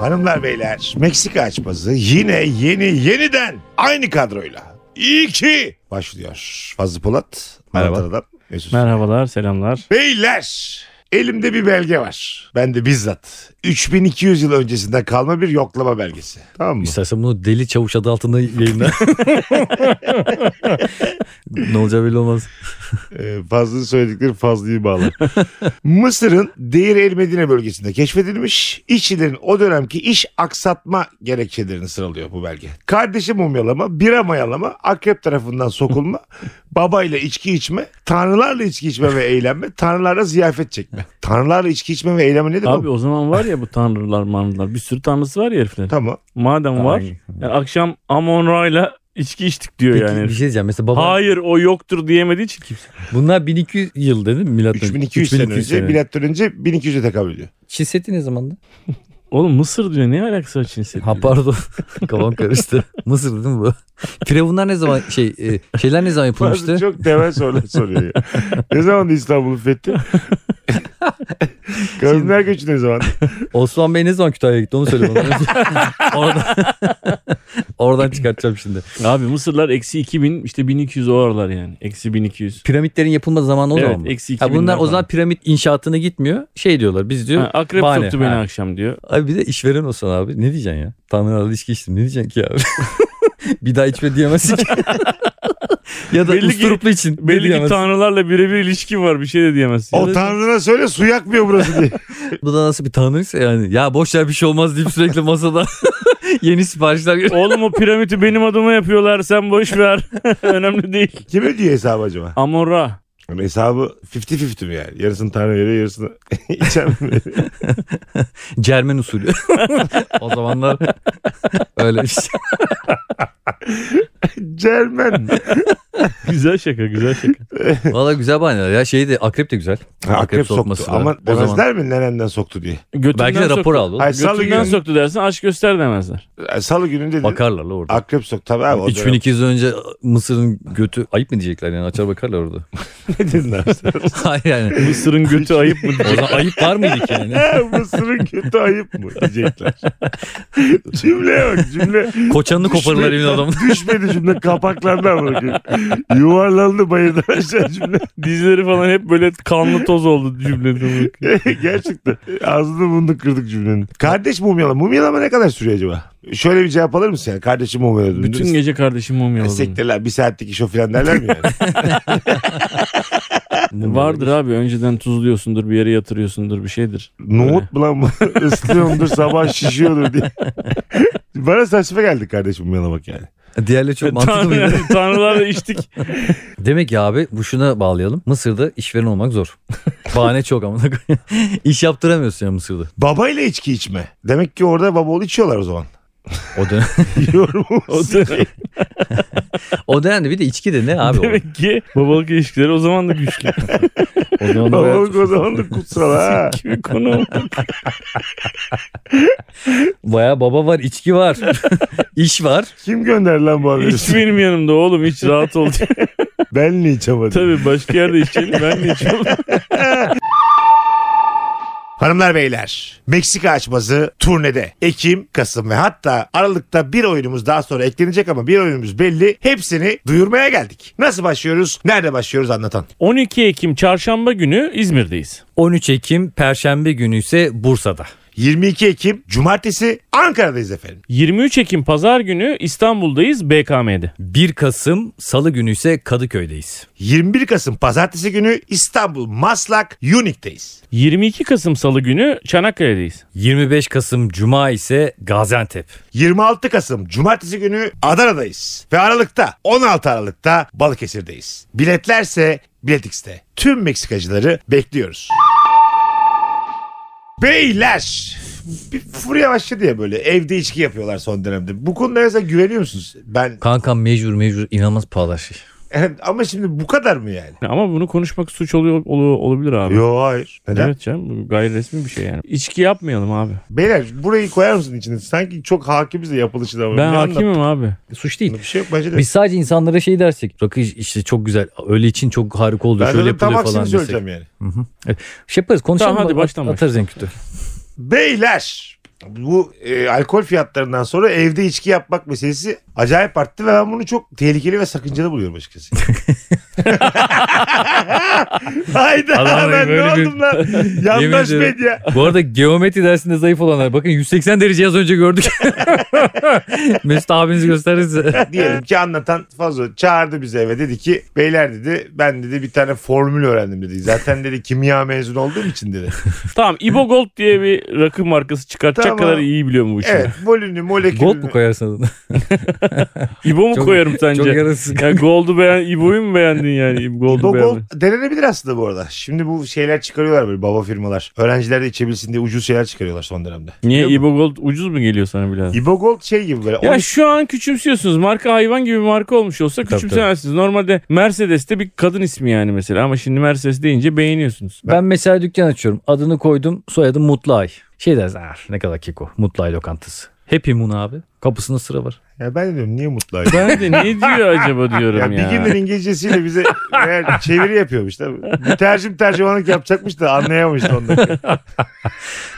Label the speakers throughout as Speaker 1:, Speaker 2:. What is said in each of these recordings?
Speaker 1: Hanımlar beyler Meksika açması yine yeni yeniden aynı kadroyla. İyi ki başlıyor. Fazlı Polat.
Speaker 2: Merhaba.
Speaker 1: Anadolu'dan Mesut.
Speaker 3: Merhabalar, selamlar.
Speaker 1: Beyler elimde bir belge var. Ben de bizzat. 3200 yıl öncesinden kalma bir yoklama belgesi. Tamam mı?
Speaker 2: İstersen bunu deli çavuş adı altında yayınla. ne olacağı belli olmaz.
Speaker 1: Ee, Fazlı'nın söyledikleri Fazlı'yı bağlar. Mısır'ın Deir el Medine bölgesinde keşfedilmiş işçilerin o dönemki iş aksatma gerekçelerini sıralıyor bu belge. Kardeşi mumyalama, bira mayalama, akrep tarafından sokulma, babayla içki içme, tanrılarla içki içme ve eğlenme, tanrılarla ziyafet çekme. Tanrılarla içki içme ve eğlenme ne demek?
Speaker 3: Abi o zaman var ya bu tanrılar manrılar. Bir sürü tanrısı var ya heriflerin.
Speaker 1: Tamam.
Speaker 3: Madem var.
Speaker 2: Ay.
Speaker 3: Yani akşam Amon Ra'yla içki içtik diyor
Speaker 2: Peki
Speaker 3: yani.
Speaker 2: bir
Speaker 3: herif.
Speaker 2: şey diyeceğim. Mesela baba
Speaker 3: Hayır o yoktur diyemediği için kimse.
Speaker 2: bunlar 1200 yıl dedim milattan.
Speaker 1: 3200 sene önce, milattan önce 1200'e tekabül ediyor.
Speaker 2: Çin Seddi ne zamandı?
Speaker 3: Oğlum Mısır diyor ne alakası var Çin Seddi?
Speaker 2: Ha pardon. Kafam karıştı. Mısır değil mi bu? Firavunlar ne zaman şey e, şeyler ne zaman yapılmıştı?
Speaker 1: Fazlı çok temel sorular soruyor ya. ne zaman İstanbul'u fethi? Kadınlar göçü ne zaman?
Speaker 2: Osman Bey ne zaman Kütahya'ya gitti onu söyle bana. oradan, oradan çıkartacağım şimdi.
Speaker 3: Abi Mısırlar eksi 2000 işte 1200 o aralar yani. Eksi 1200.
Speaker 2: Piramitlerin yapılma zamanı o
Speaker 3: Evet,
Speaker 2: zaman mı?
Speaker 3: eksi
Speaker 2: Ha,
Speaker 3: 2000'ler
Speaker 2: bunlar o
Speaker 3: falan.
Speaker 2: zaman piramit inşaatına gitmiyor. Şey diyorlar biz diyor.
Speaker 3: Ha, akrep
Speaker 2: bahane.
Speaker 3: soktu beni
Speaker 2: Ha.
Speaker 3: akşam diyor.
Speaker 2: Abi bir de işveren olsan abi ne diyeceksin ya? Tanrılarla içki içtim ne diyeceksin ki abi? bir daha içme diyemezsin ki. ya da
Speaker 3: Belli ki-
Speaker 2: usturuplu için ne
Speaker 3: Belli ki
Speaker 2: diyemezsin?
Speaker 3: tanrılarla birebir ilişki var bir şey de diyemezsin.
Speaker 1: O tanrına söyle su yakmıyor burası diye.
Speaker 2: Bu da nasıl bir tanrıysa yani. Ya boş ver bir şey olmaz deyip sürekli masada yeni siparişler geliyor.
Speaker 3: Oğlum o piramidi benim adıma yapıyorlar sen boş ver. Önemli değil.
Speaker 1: Kim ödüyor hesabı acaba?
Speaker 3: Amon Ra.
Speaker 1: Yani hesabı 50-50 mi yani? Yarısını tanrı veriyor yarısını içen mi?
Speaker 2: Cermen usulü. o zamanlar öyle bir şey.
Speaker 1: Cermen.
Speaker 3: Güzel şaka güzel şaka.
Speaker 2: Valla güzel bahaneler ya. Şey de akrep de güzel.
Speaker 1: Ha, akrep soktu
Speaker 2: sokması da.
Speaker 1: ama
Speaker 2: O zaman-
Speaker 1: demezler mi nenenden soktu diye.
Speaker 3: Götünden
Speaker 2: Belki de rapor
Speaker 3: soktu.
Speaker 2: aldı. oğlum.
Speaker 1: Hayır salı
Speaker 3: Götünden
Speaker 1: günü,
Speaker 3: soktu dersin aç göster demezler.
Speaker 1: E, salı günü dedin.
Speaker 2: Bakarlar la orada.
Speaker 1: Akrep soktu tabii abi. o dönem.
Speaker 2: 3200 önce Mısır'ın götü ayıp mı diyecekler yani açar bakarlar orada.
Speaker 1: Ne dedin abi sen?
Speaker 2: Hayır yani.
Speaker 3: Mısır'ın götü ayıp mı
Speaker 2: O
Speaker 3: diyecek.
Speaker 2: zaman ayıp var mıydı ki yani?
Speaker 1: Ha, Mısır'ın kötü ayıp mı diyecekler. cümle yok cümle.
Speaker 2: Koçanını koparırlar evin adamın.
Speaker 1: Düşmedi cümle kapaklardan bırakıyor. Yuvarlandı bayırdan aşağı cümle.
Speaker 3: Dizleri falan hep böyle kanlı toz oldu cümlede.
Speaker 1: Gerçekten. Ağzını burnunu kırdık cümlenin. Kardeş mumyalama. Mumyalama ne kadar sürüyor acaba? Şöyle bir cevap alır mısın yani? Kardeşim mumyaladı.
Speaker 3: Bütün gece kardeşim mumyaladı.
Speaker 1: Sekteler bir saatlik iş o filan derler mi yani?
Speaker 3: Vardır abi önceden tuzluyorsundur bir yere yatırıyorsundur bir şeydir.
Speaker 1: Nohut mu lan bu? Islıyorumdur sabah şişiyordur diye. Bana saçma geldi kardeşim mumyalamak yani.
Speaker 2: Diğerleri çok mantıklı
Speaker 3: Tanrı,
Speaker 2: mıydı?
Speaker 3: yani, tanrılarla içtik.
Speaker 2: Demek ki abi bu şuna bağlayalım. Mısır'da işveren olmak zor. Bahane çok ama. İş yaptıramıyorsun ya Mısır'da.
Speaker 1: Babayla içki içme. Demek ki orada baba oğlu içiyorlar o zaman.
Speaker 2: O dönem.
Speaker 1: Yorum
Speaker 3: O dönem-
Speaker 2: O dönemde bir de içki de ne abi? o?
Speaker 3: Demek ki babalık ilişkileri o zaman da güçlü.
Speaker 2: O dönemde bayağı-
Speaker 1: Babalık o zaman da kutsal ha.
Speaker 3: Kimi konu
Speaker 2: bayağı baba var, içki var. İş var.
Speaker 1: Kim gönder lan bu haberi?
Speaker 3: Hiç benim yanımda oğlum hiç rahat ol. diye.
Speaker 1: Ben ne içemedim?
Speaker 3: Tabii başka yerde içelim ben de içiyorum.
Speaker 1: Hanımlar beyler Meksika açması turnede Ekim, Kasım ve hatta Aralık'ta bir oyunumuz daha sonra eklenecek ama bir oyunumuz belli. Hepsini duyurmaya geldik. Nasıl başlıyoruz? Nerede başlıyoruz anlatan.
Speaker 3: 12 Ekim çarşamba günü İzmir'deyiz.
Speaker 2: 13 Ekim Perşembe günü ise Bursa'da.
Speaker 1: 22 Ekim Cumartesi Ankara'dayız efendim.
Speaker 3: 23 Ekim pazar günü İstanbul'dayız BKM'de.
Speaker 2: 1 Kasım Salı günü ise Kadıköy'deyiz.
Speaker 1: 21 Kasım Pazartesi günü İstanbul Maslak Unique'deyiz.
Speaker 3: 22 Kasım salı günü Çanakkale'deyiz.
Speaker 2: 25 Kasım Cuma ise Gaziantep.
Speaker 1: 26 Kasım Cumartesi günü Adana'dayız. Ve Aralık'ta 16 Aralık'ta Balıkesir'deyiz. Biletlerse Biletix'te. Tüm Meksikacıları bekliyoruz. Beyler bir furya başladı ya böyle evde içki yapıyorlar son dönemde. Bu konuda mesela güveniyor musunuz? Ben
Speaker 2: Kankam mecbur mecbur inanılmaz pahalı her şey.
Speaker 1: ama şimdi bu kadar mı yani?
Speaker 3: Ama bunu konuşmak suç oluyor olu- olabilir abi.
Speaker 1: Yo hayır. Neden?
Speaker 3: Evet canım bu gayri resmi bir şey yani. İçki yapmayalım abi.
Speaker 1: Beyler burayı koyar mısın içine? Sanki çok hakimiz de yapılışına. Ne
Speaker 3: Ben
Speaker 1: anlat-
Speaker 3: hakimim abi.
Speaker 2: Suç değil.
Speaker 1: Bir şey yok bence de.
Speaker 2: Biz sadece insanlara şey dersek. Rakı işte çok güzel. Öyle için çok harika oldu.
Speaker 1: ben
Speaker 2: şöyle
Speaker 1: de tam
Speaker 2: yapılıyor falan
Speaker 1: aksini
Speaker 2: desek.
Speaker 1: söyleyeceğim yani.
Speaker 2: Şey yaparız konuşalım.
Speaker 3: Tamam, hadi
Speaker 2: at-
Speaker 3: baştan
Speaker 2: Atarız en kötü.
Speaker 1: Beyler bu e, alkol fiyatlarından sonra evde içki yapmak meselesi acayip arttı ve ben bunu çok tehlikeli ve sakıncalı buluyorum açıkçası. Hayda
Speaker 2: Adam
Speaker 1: ben ne
Speaker 2: böyle bir-
Speaker 1: oldum lan? Yandaş
Speaker 2: Yemin ederim.
Speaker 1: medya.
Speaker 2: Bu arada geometri dersinde zayıf olanlar. Bakın 180 derece az önce gördük. Mesut abiniz gösterir size.
Speaker 1: Diyelim ki anlatan fazla çağırdı bizi eve dedi ki beyler dedi ben dedi bir tane formül öğrendim dedi. Zaten dedi kimya mezunu olduğum için dedi.
Speaker 3: Tamam İbo Gold diye bir rakı markası çıkartacak
Speaker 1: Tamam.
Speaker 3: kadar iyi biliyor mu bu işi?
Speaker 1: Evet molünü molekülünü.
Speaker 2: Gold mu koyarsın adını?
Speaker 3: İbo mu
Speaker 2: Çok-
Speaker 3: koyarım sence?
Speaker 2: Çok yarasız.
Speaker 3: Ya Gold'u beğen, İbo'yu mu beğendin yani? İbo Gold'u
Speaker 1: Gold
Speaker 3: beğendin.
Speaker 1: denenebilir aslında bu arada. Şimdi bu şeyler çıkarıyorlar böyle baba firmalar. Öğrenciler de içebilsin diye ucuz şeyler çıkarıyorlar son dönemde.
Speaker 3: Niye İbo Gold ucuz mu geliyor sana biraz?
Speaker 1: İbo Gold şey gibi böyle.
Speaker 3: Ya
Speaker 1: on-
Speaker 3: şu an küçümsüyorsunuz. Marka hayvan gibi bir marka olmuş olsa
Speaker 2: Tabii,
Speaker 3: küçümsemezsiniz. Normalde Mercedes'te bir kadın ismi yani mesela ama şimdi Mercedes deyince beğeniyorsunuz.
Speaker 2: Ben mesela dükkan açıyorum. Adını koydum. Soyadım Mutlay. Şey dersin. "Ah, ne kadar keko. Mutlay lokantası. Happy Moon abi. Kapısında sıra var.
Speaker 1: Ya ben de diyorum niye mutlu ayrı?
Speaker 3: Ben de ne diyor acaba
Speaker 1: Ya
Speaker 3: diyorum ya.
Speaker 1: Bilgin'in İngilizcesiyle bize meğer çeviri yapıyormuş tabii. Bir tercim tercümanlık yapacakmış da anlayamamış son dakika.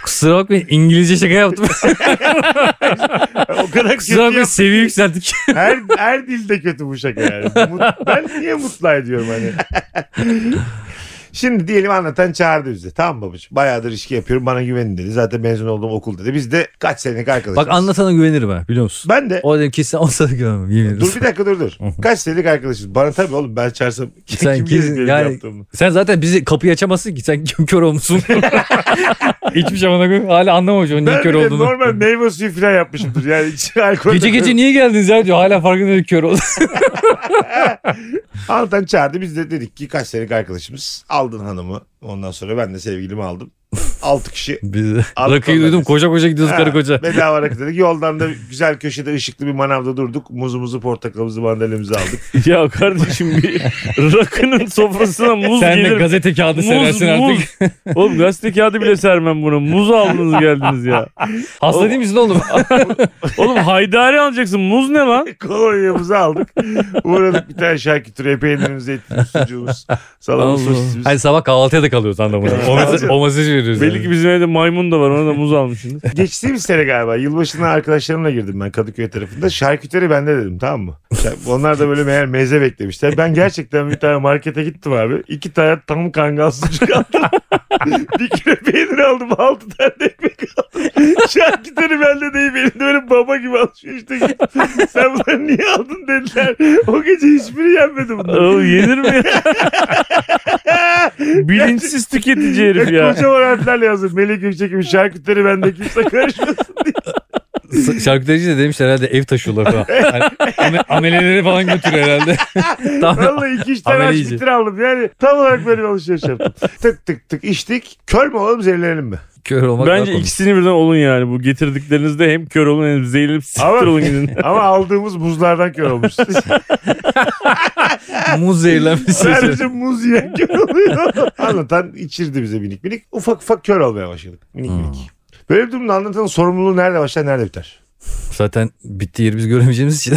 Speaker 2: Kusura bakmayın İngilizce şaka yaptım.
Speaker 1: O kadar kötü
Speaker 2: Kusura bakmayın
Speaker 1: yap-
Speaker 2: seviye yükselttik.
Speaker 1: her, her dilde kötü bu şaka yani. Mut- ben niye mutlu ay diyorum hani. Şimdi diyelim anlatan çağırdı bizi. Tamam babacığım bayağıdır ilişki yapıyorum bana güvenin dedi. Zaten mezun olduğum okul dedi. Biz de kaç senelik arkadaşız.
Speaker 2: Bak anlatana güvenirim ha biliyor musun?
Speaker 1: Ben de
Speaker 2: O dedim kesin olsa da güvenmem yemin ederim.
Speaker 1: Dur bir dakika dur dur. Kaç senelik arkadaşız? Bana tabii oğlum ben çağırsam kim
Speaker 2: Sen
Speaker 1: kim
Speaker 2: kesin-
Speaker 1: bilir benim
Speaker 2: yani-
Speaker 1: yaptığımı.
Speaker 2: Sen zaten bizi kapıyı açamazsın ki. Sen kör olmuşsun. Hiçbir şey bana koy. Hala anlamamış onun niye
Speaker 1: Ben
Speaker 2: kör
Speaker 1: bile
Speaker 2: olduğunu.
Speaker 1: normal meyve suyu falan yapmışımdır. Yani içine alkol.
Speaker 2: Gece gece niye geldiniz ya diyor. Hala farkında değil kör oldu.
Speaker 1: Altan çağırdı biz de dedik ki kaç senelik arkadaşımız. Aldın hanımı. Ondan sonra ben de sevgilimi aldım. 6 kişi.
Speaker 2: Biz
Speaker 1: Aldık
Speaker 2: rakıyı
Speaker 1: onları.
Speaker 2: duydum koşa koşa gidiyoruz
Speaker 1: Ha,
Speaker 2: karı koca.
Speaker 1: Bedava rakı dedik. Yoldan da güzel köşede ışıklı bir manavda durduk. Muzumuzu, portakalımızı, mandalimizi aldık.
Speaker 3: Ya kardeşim bir rakının sofrasına muz
Speaker 2: Sen de
Speaker 3: gelir.
Speaker 2: gazete kağıdı
Speaker 3: muz
Speaker 2: serersin artık.
Speaker 3: muz. Oğlum gazete kağıdı bile sermem buna. Muz aldınız geldiniz ya.
Speaker 2: Hasta değil misin oğlum?
Speaker 3: Oğlum haydari alacaksın. Muz ne lan?
Speaker 1: Kolonyamızı aldık. Uğradık bir tane şarküteriye peynirimiz, etimiz, sucuğumuz, salamız,
Speaker 3: Allah.
Speaker 1: sosisimiz.
Speaker 2: hani sabah kahvaltıya da kalıyoruz anlamında. O, mesaj, o mesajı veriyoruz.
Speaker 3: Belli ki
Speaker 2: yani.
Speaker 3: bizim evde maymun da var. Ona da muz almışsınız.
Speaker 1: Geçtiğimiz sene galiba yılbaşına arkadaşlarımla girdim ben Kadıköy tarafında. Şarküteri bende dedim tamam mı? Ya onlar da böyle meğer meze beklemişler. Ben gerçekten bir tane markete gittim abi. İki tane tam kangal sucuk aldım. bir kilo peynir aldım. Altı tane ekmek aldım. Şarküteri bende değil. Benim de böyle baba gibi alışverişte gittim. Sen bunları niye aldın dediler. O gece hiçbiri yenmedi bunlar.
Speaker 3: Oğlum yenir mi ya? Bilinçsiz tüketici herif ya.
Speaker 1: Kocaman harflerle yazdım. Melih Gökçek'in şarküteri bende kimse karışmasın diye.
Speaker 2: S- Şarküterici de demiş herhalde ev taşıyorlar falan. Hani ame- ameleleri falan götürüyor herhalde. Tam-
Speaker 1: Vallahi iki üç tane aç
Speaker 2: Ameliyici.
Speaker 1: bitir aldım. Yani tam olarak böyle bir alışveriş yaptım. tık tık tık içtik. Kör mü olalım zehirlenelim mi?
Speaker 2: kör olmak daha
Speaker 3: Bence
Speaker 2: komik.
Speaker 3: ikisini birden olun yani. Bu getirdiklerinizde hem kör olun hem zehirlenip siktir
Speaker 1: Ama-
Speaker 3: olun gidin.
Speaker 1: Ama aldığımız buzlardan kör olmuş.
Speaker 2: Muz zehirlenmesi.
Speaker 1: Sadece muz yiyen kör oluyor. Anlatan içirdi bize minik minik. Ufak ufak kör olmaya başladık. Minik
Speaker 3: Hmm.
Speaker 1: minik. Böyle bir durumda anlatanın sorumluluğu nerede başlar nerede biter?
Speaker 2: Zaten bittiği yeri biz göremeyeceğimiz için.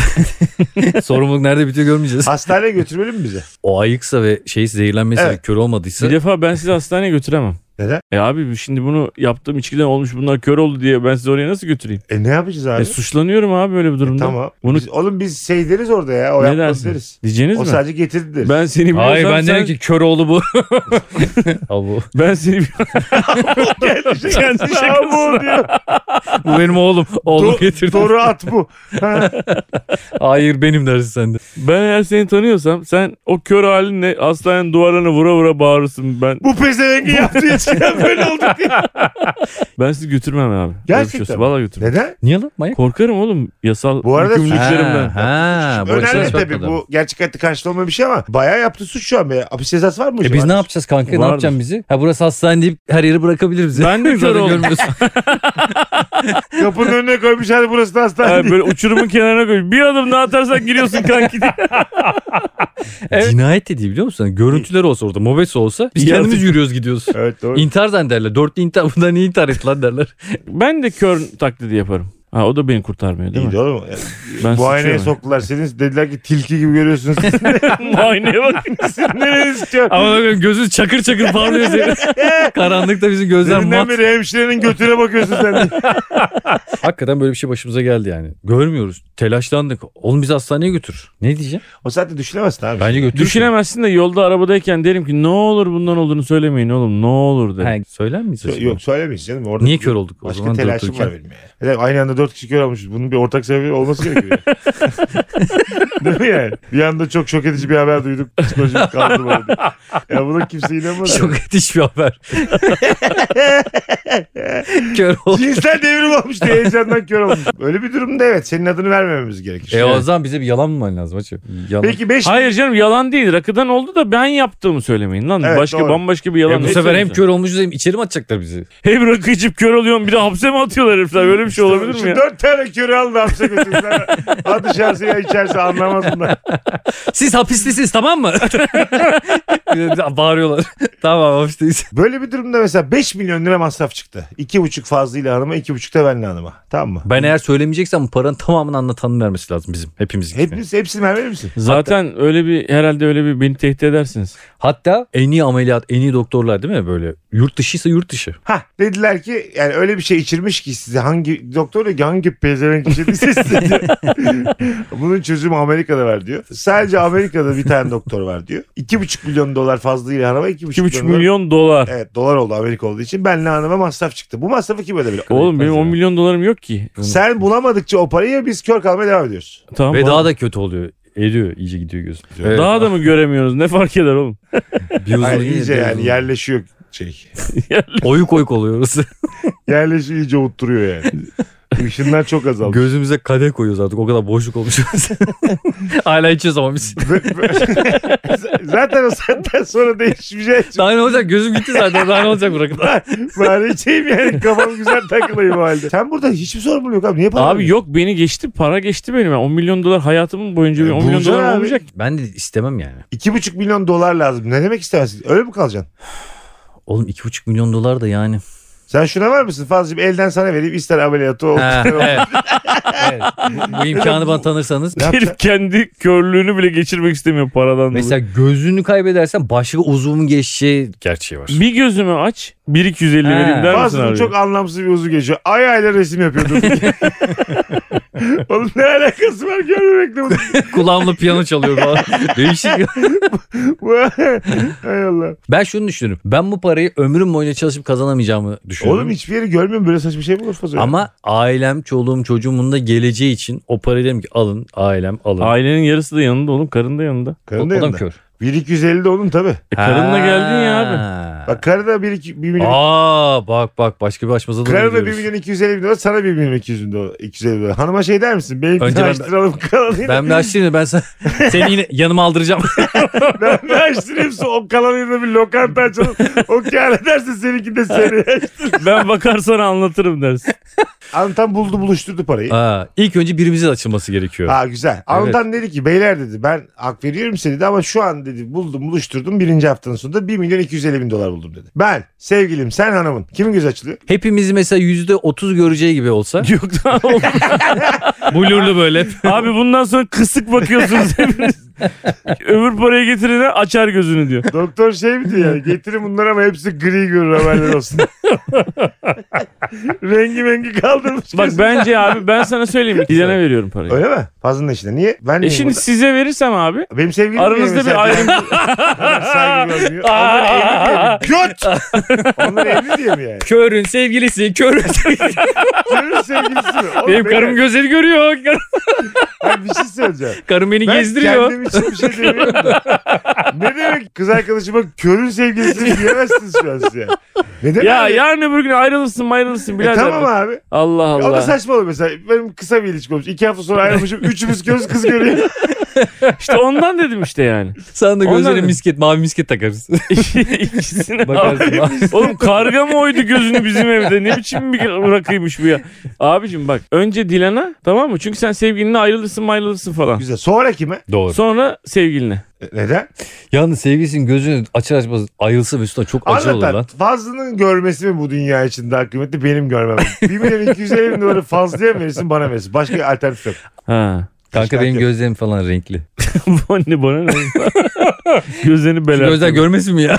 Speaker 2: Sorumluluk nerede bitiyor görmeyeceğiz.
Speaker 1: Hastaneye götürmeli mi bize?
Speaker 2: O ayıksa ve şey zehirlenmesi
Speaker 1: Evet.
Speaker 2: ve kör olmadıysa.
Speaker 3: Bir defa ben sizi hastaneye götüremem.
Speaker 1: Neden?
Speaker 3: E abi şimdi bunu yaptığım içkiden olmuş bunlar kör oldu diye ben sizi oraya nasıl götüreyim?
Speaker 1: E ne yapacağız abi?
Speaker 3: E suçlanıyorum abi böyle bir durumda.
Speaker 1: E, tamam.
Speaker 3: Bunu
Speaker 1: Biz- oğlum biz şey deriz orada ya. O
Speaker 3: ne
Speaker 1: yapmaz
Speaker 3: dersin?
Speaker 1: deriz.
Speaker 3: Diyeceğiniz
Speaker 1: O
Speaker 3: mi?
Speaker 1: sadece getirdi deriz.
Speaker 3: Ben seni biliyorsam
Speaker 2: Hayır ben
Speaker 3: sen-
Speaker 2: derim ki kör oğlu bu. Al bu.
Speaker 3: ben seni bi-
Speaker 1: Kendi
Speaker 3: Kendi
Speaker 1: şakası. Aa, bu diyor.
Speaker 2: Bu benim oğlum. Oğlum
Speaker 1: Do-
Speaker 2: getirdi.
Speaker 1: Doğru at bu. Ha.
Speaker 2: Hayır benim dersin sen de.
Speaker 3: ben eğer seni tanıyorsam sen o kör halinle hastanenin duvarlarına vura vura bağırırsın ben
Speaker 1: Bu pezevengi yaptığı için böyle oldu diye.
Speaker 3: ben sizi götürmem abi. Böyle bir şey
Speaker 1: Gerçekten
Speaker 3: olsa.
Speaker 1: mi?
Speaker 3: Vallahi götürmem.
Speaker 1: Neden?
Speaker 2: Niye lan manyak?
Speaker 3: Korkarım oğlum yasal
Speaker 1: Bu arada-
Speaker 3: yükümlülüklerimden.
Speaker 2: Ha, bu şey açıdan
Speaker 1: Önemli tabii
Speaker 2: bakmadım.
Speaker 1: bu gerçek hayatta karşılama bir şey ama bayağı yaptı suç şu an. Be. Hapis cezası var mı
Speaker 2: E
Speaker 1: hocam?
Speaker 2: biz ne yapacağız kanka? Ne
Speaker 3: Vardır.
Speaker 2: yapacaksın bizi? Ha burası hastane deyip her yeri bırakabilir bizi.
Speaker 3: Ben de kör
Speaker 2: Zaten
Speaker 3: oldum.
Speaker 2: görmüyorsun.
Speaker 1: Kapının önüne koymuş hadi burası da hastane.
Speaker 3: Ha, böyle uçurumun kenarına koy. Bir adım daha atarsan giriyorsun kanki. Evet.
Speaker 2: Cinayet dediği biliyor musun? Görüntüler olsa orada, mobese olsa biz
Speaker 3: Yazık.
Speaker 2: kendimiz yürüyoruz gidiyoruz.
Speaker 1: evet doğru.
Speaker 2: İntihar zannederler. Dörtlü intihar. Bundan niye intihar etti lan derler.
Speaker 3: ben de kör taklidi yaparım. Ha, o da beni kurtarmıyor değil
Speaker 1: İyi
Speaker 3: mi?
Speaker 1: de oğlum. Yani
Speaker 3: Ben
Speaker 1: Muayeneye
Speaker 3: sıçıyorum.
Speaker 1: soktular seni. Dediler ki tilki gibi görüyorsunuz.
Speaker 3: Muayeneye bakın.
Speaker 1: Nereye sıçıyor?
Speaker 2: Ama böyle gözü çakır çakır parlıyor senin. Karanlıkta bizim gözler
Speaker 1: Deminden
Speaker 2: mat.
Speaker 1: beri hemşirenin götüne bakıyorsun sen. de.
Speaker 2: Hakikaten böyle bir şey başımıza geldi yani. Görmüyoruz. Telaşlandık. Oğlum bizi hastaneye götür. Ne diyeceğim?
Speaker 1: o saatte düşünemezsin abi.
Speaker 2: Bence götür.
Speaker 3: Düşünemezsin de yolda arabadayken derim ki ne olur bundan olduğunu söylemeyin oğlum ne olur derim.
Speaker 2: Ha, söyler miyiz?
Speaker 1: Sö-
Speaker 2: acaba?
Speaker 1: Yok söylemeyiz canım. Orada
Speaker 2: Niye kör olduk? o
Speaker 1: Başka
Speaker 2: zaman dört
Speaker 1: telaşım var
Speaker 2: ülken?
Speaker 1: benim ya. Yani aynı anda dört kişi kör olmuşuz. Bunun bir ortak sebebi olması gerekiyor. Değil mi yani? Bir anda çok şok edici bir haber duyduk. Psikolojim kaldı bana. diye. Ya buna kimse inanmaz.
Speaker 2: Çok etiş bir haber. kör olduk.
Speaker 1: Cinsel devrim olmuş diye heyecandan kör olmuş. Öyle bir durumda evet senin adını vermememiz gerekir.
Speaker 2: E o zaman bize bir yalan mı lazım açı? Yalan.
Speaker 1: Peki 5
Speaker 3: Hayır canım yalan değil. Rakıdan oldu da ben yaptığımı söylemeyin lan.
Speaker 1: Evet,
Speaker 3: başka
Speaker 1: doğru.
Speaker 3: bambaşka bir yalan.
Speaker 2: E bu sefer hem kör olmuşuz hem içeri mi atacaklar bizi?
Speaker 3: Hem rakı içip kör oluyorsun bir de hapse mi atıyorlar herifler? Böyle bir şey olabilir mi ya?
Speaker 1: Dört tane körü aldı hapse götürdüler. Ha dışarısı ya içerisi anlamaz bunlar.
Speaker 2: Siz hapistesiniz tamam mı? Bir de Bağırıyorlar. tamam hapisteyiz.
Speaker 1: Böyle bir durumda mesela 5 milyon lira masraf çıktı. 2,5 fazlıyla hanıma 2,5 da benle hanıma. Tamam mı?
Speaker 2: Ben eğer söylemeyeceksem bu paranın tamamını anlatanın vermesi lazım bizim hepimiz.
Speaker 1: Hepiniz, hepsini vermeli misin?
Speaker 3: Zaten öyle bir herhalde öyle bir beni tehdit edersiniz.
Speaker 2: Hatta en iyi ameliyat, en iyi doktorlar değil mi böyle? Yurt dışıysa yurt dışı.
Speaker 1: Ha dediler ki yani öyle bir şey içirmiş ki size hangi doktor diyor ki hangi pezevenk içirdiyse size diyor. Bunun çözümü Amerika'da var diyor. Sadece Amerika'da bir tane doktor var diyor. 2,5 milyon dolar fazlıyla hanıma 2,5,
Speaker 3: 2,5
Speaker 1: dolar-
Speaker 3: milyon dolar.
Speaker 1: Evet dolar oldu Amerika olduğu için benle hanıma masraf çıktı. Bu masrafı kim ödebilir?
Speaker 3: Oğlum benim
Speaker 2: ya.
Speaker 3: 10 milyon dolarım yok ki.
Speaker 1: Sen bulamadıkça o parayı biz kör kalmaya devam ediyoruz.
Speaker 3: Tamam.
Speaker 2: Ve
Speaker 3: abi.
Speaker 2: daha da kötü oluyor. Eriyor iyice gidiyor göz. Evet.
Speaker 3: Daha da mı göremiyoruz? Ne fark eder oğlum?
Speaker 2: Bir uzun
Speaker 1: Hayır,
Speaker 2: iyice
Speaker 1: iyice
Speaker 2: bir
Speaker 1: yani
Speaker 2: uzun.
Speaker 1: yerleşiyor şey.
Speaker 2: Oyuk oyuk oluyoruz.
Speaker 1: Yerleşiyor iyice oturuyor yani. Işınlar çok azaldı.
Speaker 2: Gözümüze kadeh koyuyoruz artık. O kadar boşluk olmuşuz. Hala içiyoruz ama biz.
Speaker 1: Zaten o saatten sonra değişmeyecek.
Speaker 2: Daha ne olacak? Gözüm gitti zaten. Daha ne olacak bırakın.
Speaker 1: Bari içeyim yani kafam güzel takılayım o halde. Sen burada hiçbir sorumluluğu yok abi. Niye para
Speaker 3: Abi yok beni geçti. Para geçti benim. Yani 10 milyon dolar hayatımın boyunca bir 10 milyon
Speaker 1: bulacaksın
Speaker 3: dolar
Speaker 1: E, abi.
Speaker 3: olmayacak.
Speaker 2: Ben de istemem yani.
Speaker 1: İki buçuk milyon dolar lazım. Ne demek istemezsin? Öyle mi kalacaksın?
Speaker 2: Oğlum 2,5 milyon dolar da yani.
Speaker 1: Sen şuna var mısın? Fazlacığım elden sana vereyim. İster ameliyatı ol.
Speaker 2: Ha,
Speaker 1: ister ol.
Speaker 2: evet. evet. Bu imkanı bana tanırsanız.
Speaker 1: Ne yapacaksın?
Speaker 3: Herif kendi körlüğünü bile geçirmek istemiyor paradan dolayı.
Speaker 2: Mesela gözünü kaybedersen başka uzuvun geçeceği gerçeği var.
Speaker 3: Bir gözümü aç. 1250
Speaker 2: He.
Speaker 3: vereyim der misin
Speaker 1: Bazıları
Speaker 3: abi?
Speaker 1: çok anlamsız bir uzun geçiyor. Ay ayla resim yapıyordu. Oğlum ne alakası var görmemekle bu.
Speaker 2: Kulağımla piyano çalıyor falan. Değişik.
Speaker 1: bu- Hay Allah.
Speaker 2: Ben şunu düşünürüm. Ben bu parayı ömrüm boyunca çalışıp kazanamayacağımı düşünüyorum.
Speaker 1: Oğlum hiçbir yeri görmüyorum. Böyle saçma şey mi olur fasulye?
Speaker 2: Ama ailem, çoluğum, çocuğumun da geleceği için o parayı dedim ki alın ailem alın.
Speaker 3: Ailenin yarısı da yanında oğlum. Karın da yanında.
Speaker 1: Karın da
Speaker 2: o, o da
Speaker 1: yanında.
Speaker 2: kör.
Speaker 1: 1250 de onun tabii.
Speaker 3: E, karınla geldin ya abi.
Speaker 1: Bak karı da 1, 2, 1 milyon.
Speaker 2: Aa bak bak başka bir açmaza doğru
Speaker 1: Karına 1
Speaker 2: gidiyoruz.
Speaker 1: milyon 250 bin dolar sana 1 milyon 250 dolar. 250 dolar. Hanıma şey der misin? Benim
Speaker 2: Önce
Speaker 1: Önce
Speaker 2: ben-
Speaker 1: açtıralım kalanıyla.
Speaker 2: Ben bir açtığını ben sana, seni yine yanıma aldıracağım.
Speaker 1: Ben, ben açtırayım sonra o kalanıyla bir lokanta açalım. o kâr ederse seninki de seni.
Speaker 3: ben bakarsan anlatırım dersin.
Speaker 1: Antan buldu buluşturdu parayı.
Speaker 2: Aa, ilk önce birimizin açılması gerekiyor.
Speaker 1: Ha güzel. Antan dedi ki beyler dedi ben hak veriyorum size dedi ama şu an dedi buldum buluşturdum birinci haftanın sonunda 1 milyon 250 bin dolar buldum dedi. Ben sevgilim sen hanımın kimin gözü açılıyor?
Speaker 2: Hepimiz mesela yüzde otuz göreceği gibi olsa.
Speaker 3: Yok da oğlum.
Speaker 2: Blurlu böyle.
Speaker 3: Abi bundan sonra kısık bakıyorsunuz hepiniz. Öbür parayı getirene açar gözünü diyor.
Speaker 1: Doktor şey mi diyor yani getirin bunları ama hepsi gri görür haberler olsun. rengi rengi kaldırmış.
Speaker 3: Bak
Speaker 1: gözü.
Speaker 3: bence abi ben sana söyleyeyim. Gidene veriyorum parayı.
Speaker 1: Öyle mi? Fazlının işine. Niye? Ben
Speaker 3: Şey. E
Speaker 1: neyim
Speaker 3: şimdi
Speaker 1: burada?
Speaker 3: size verirsem abi
Speaker 1: Benim sevgilim
Speaker 3: aranızda bir ayrım.
Speaker 1: Saygı görmüyor. Onlar evli diye mi? Göt! Onlar evli diye mi yani?
Speaker 2: Körün sevgilisi, körün sevgilisi.
Speaker 1: Görür sevgilisi mi? Oğlum
Speaker 2: Benim
Speaker 1: ben-
Speaker 2: karım gözleri görüyor. Kar-
Speaker 1: Hayır, bir şey söyleyeceğim.
Speaker 2: Karım beni
Speaker 1: Ben
Speaker 2: gezdiriyor.
Speaker 1: kendim için bir şey demiyorum. da. ne demek kız arkadaşıma körün sevgilisi mi diyemezsiniz şu an size. Ne demek?
Speaker 3: ya yarın öbür gün ayrılırsın ayrılırsın
Speaker 1: E
Speaker 3: birader.
Speaker 1: tamam abi.
Speaker 3: Allah
Speaker 1: O da
Speaker 3: Allah.
Speaker 1: saçma olur mesela. Benim kısa bir ilişki olmuş. İki hafta sonra ayrılmışım. Üçümüz göz kız görüyor.
Speaker 3: işte ondan dedim işte yani.
Speaker 2: Sana da
Speaker 3: Onlar
Speaker 2: gözlere
Speaker 3: ne?
Speaker 2: misket, mavi misket takarız.
Speaker 3: İkisine
Speaker 2: Bakarsın. abi.
Speaker 3: Oğlum karga mı oydu gözünü bizim evde? Ne biçim bir rakıymış bu ya? Abicim bak önce Dilan'a tamam mı? Çünkü sen sevgilinle ayrılırsın ayrılırsın falan.
Speaker 1: Güzel. Sonra kime?
Speaker 2: Doğru.
Speaker 3: Sonra sevgiline.
Speaker 1: E, Neden?
Speaker 2: Yalnız sevgilisinin gözünü açar açmaz ayrılsa Mesut'a çok acı olur
Speaker 1: Anlatan
Speaker 2: lan.
Speaker 1: Fazlı'nın görmesi mi bu dünya için daha kıymetli benim görmem. 1 milyon 250 bin doları Fazlı'ya mı verirsin bana verirsin. Başka alternatif yok.
Speaker 3: Ha.
Speaker 2: Kanka benim
Speaker 1: yok.
Speaker 2: gözlerim falan renkli.
Speaker 3: Bu ne bana ne? Gözlerini
Speaker 2: Şu
Speaker 3: beler.
Speaker 2: Gözler görmesin mi ya?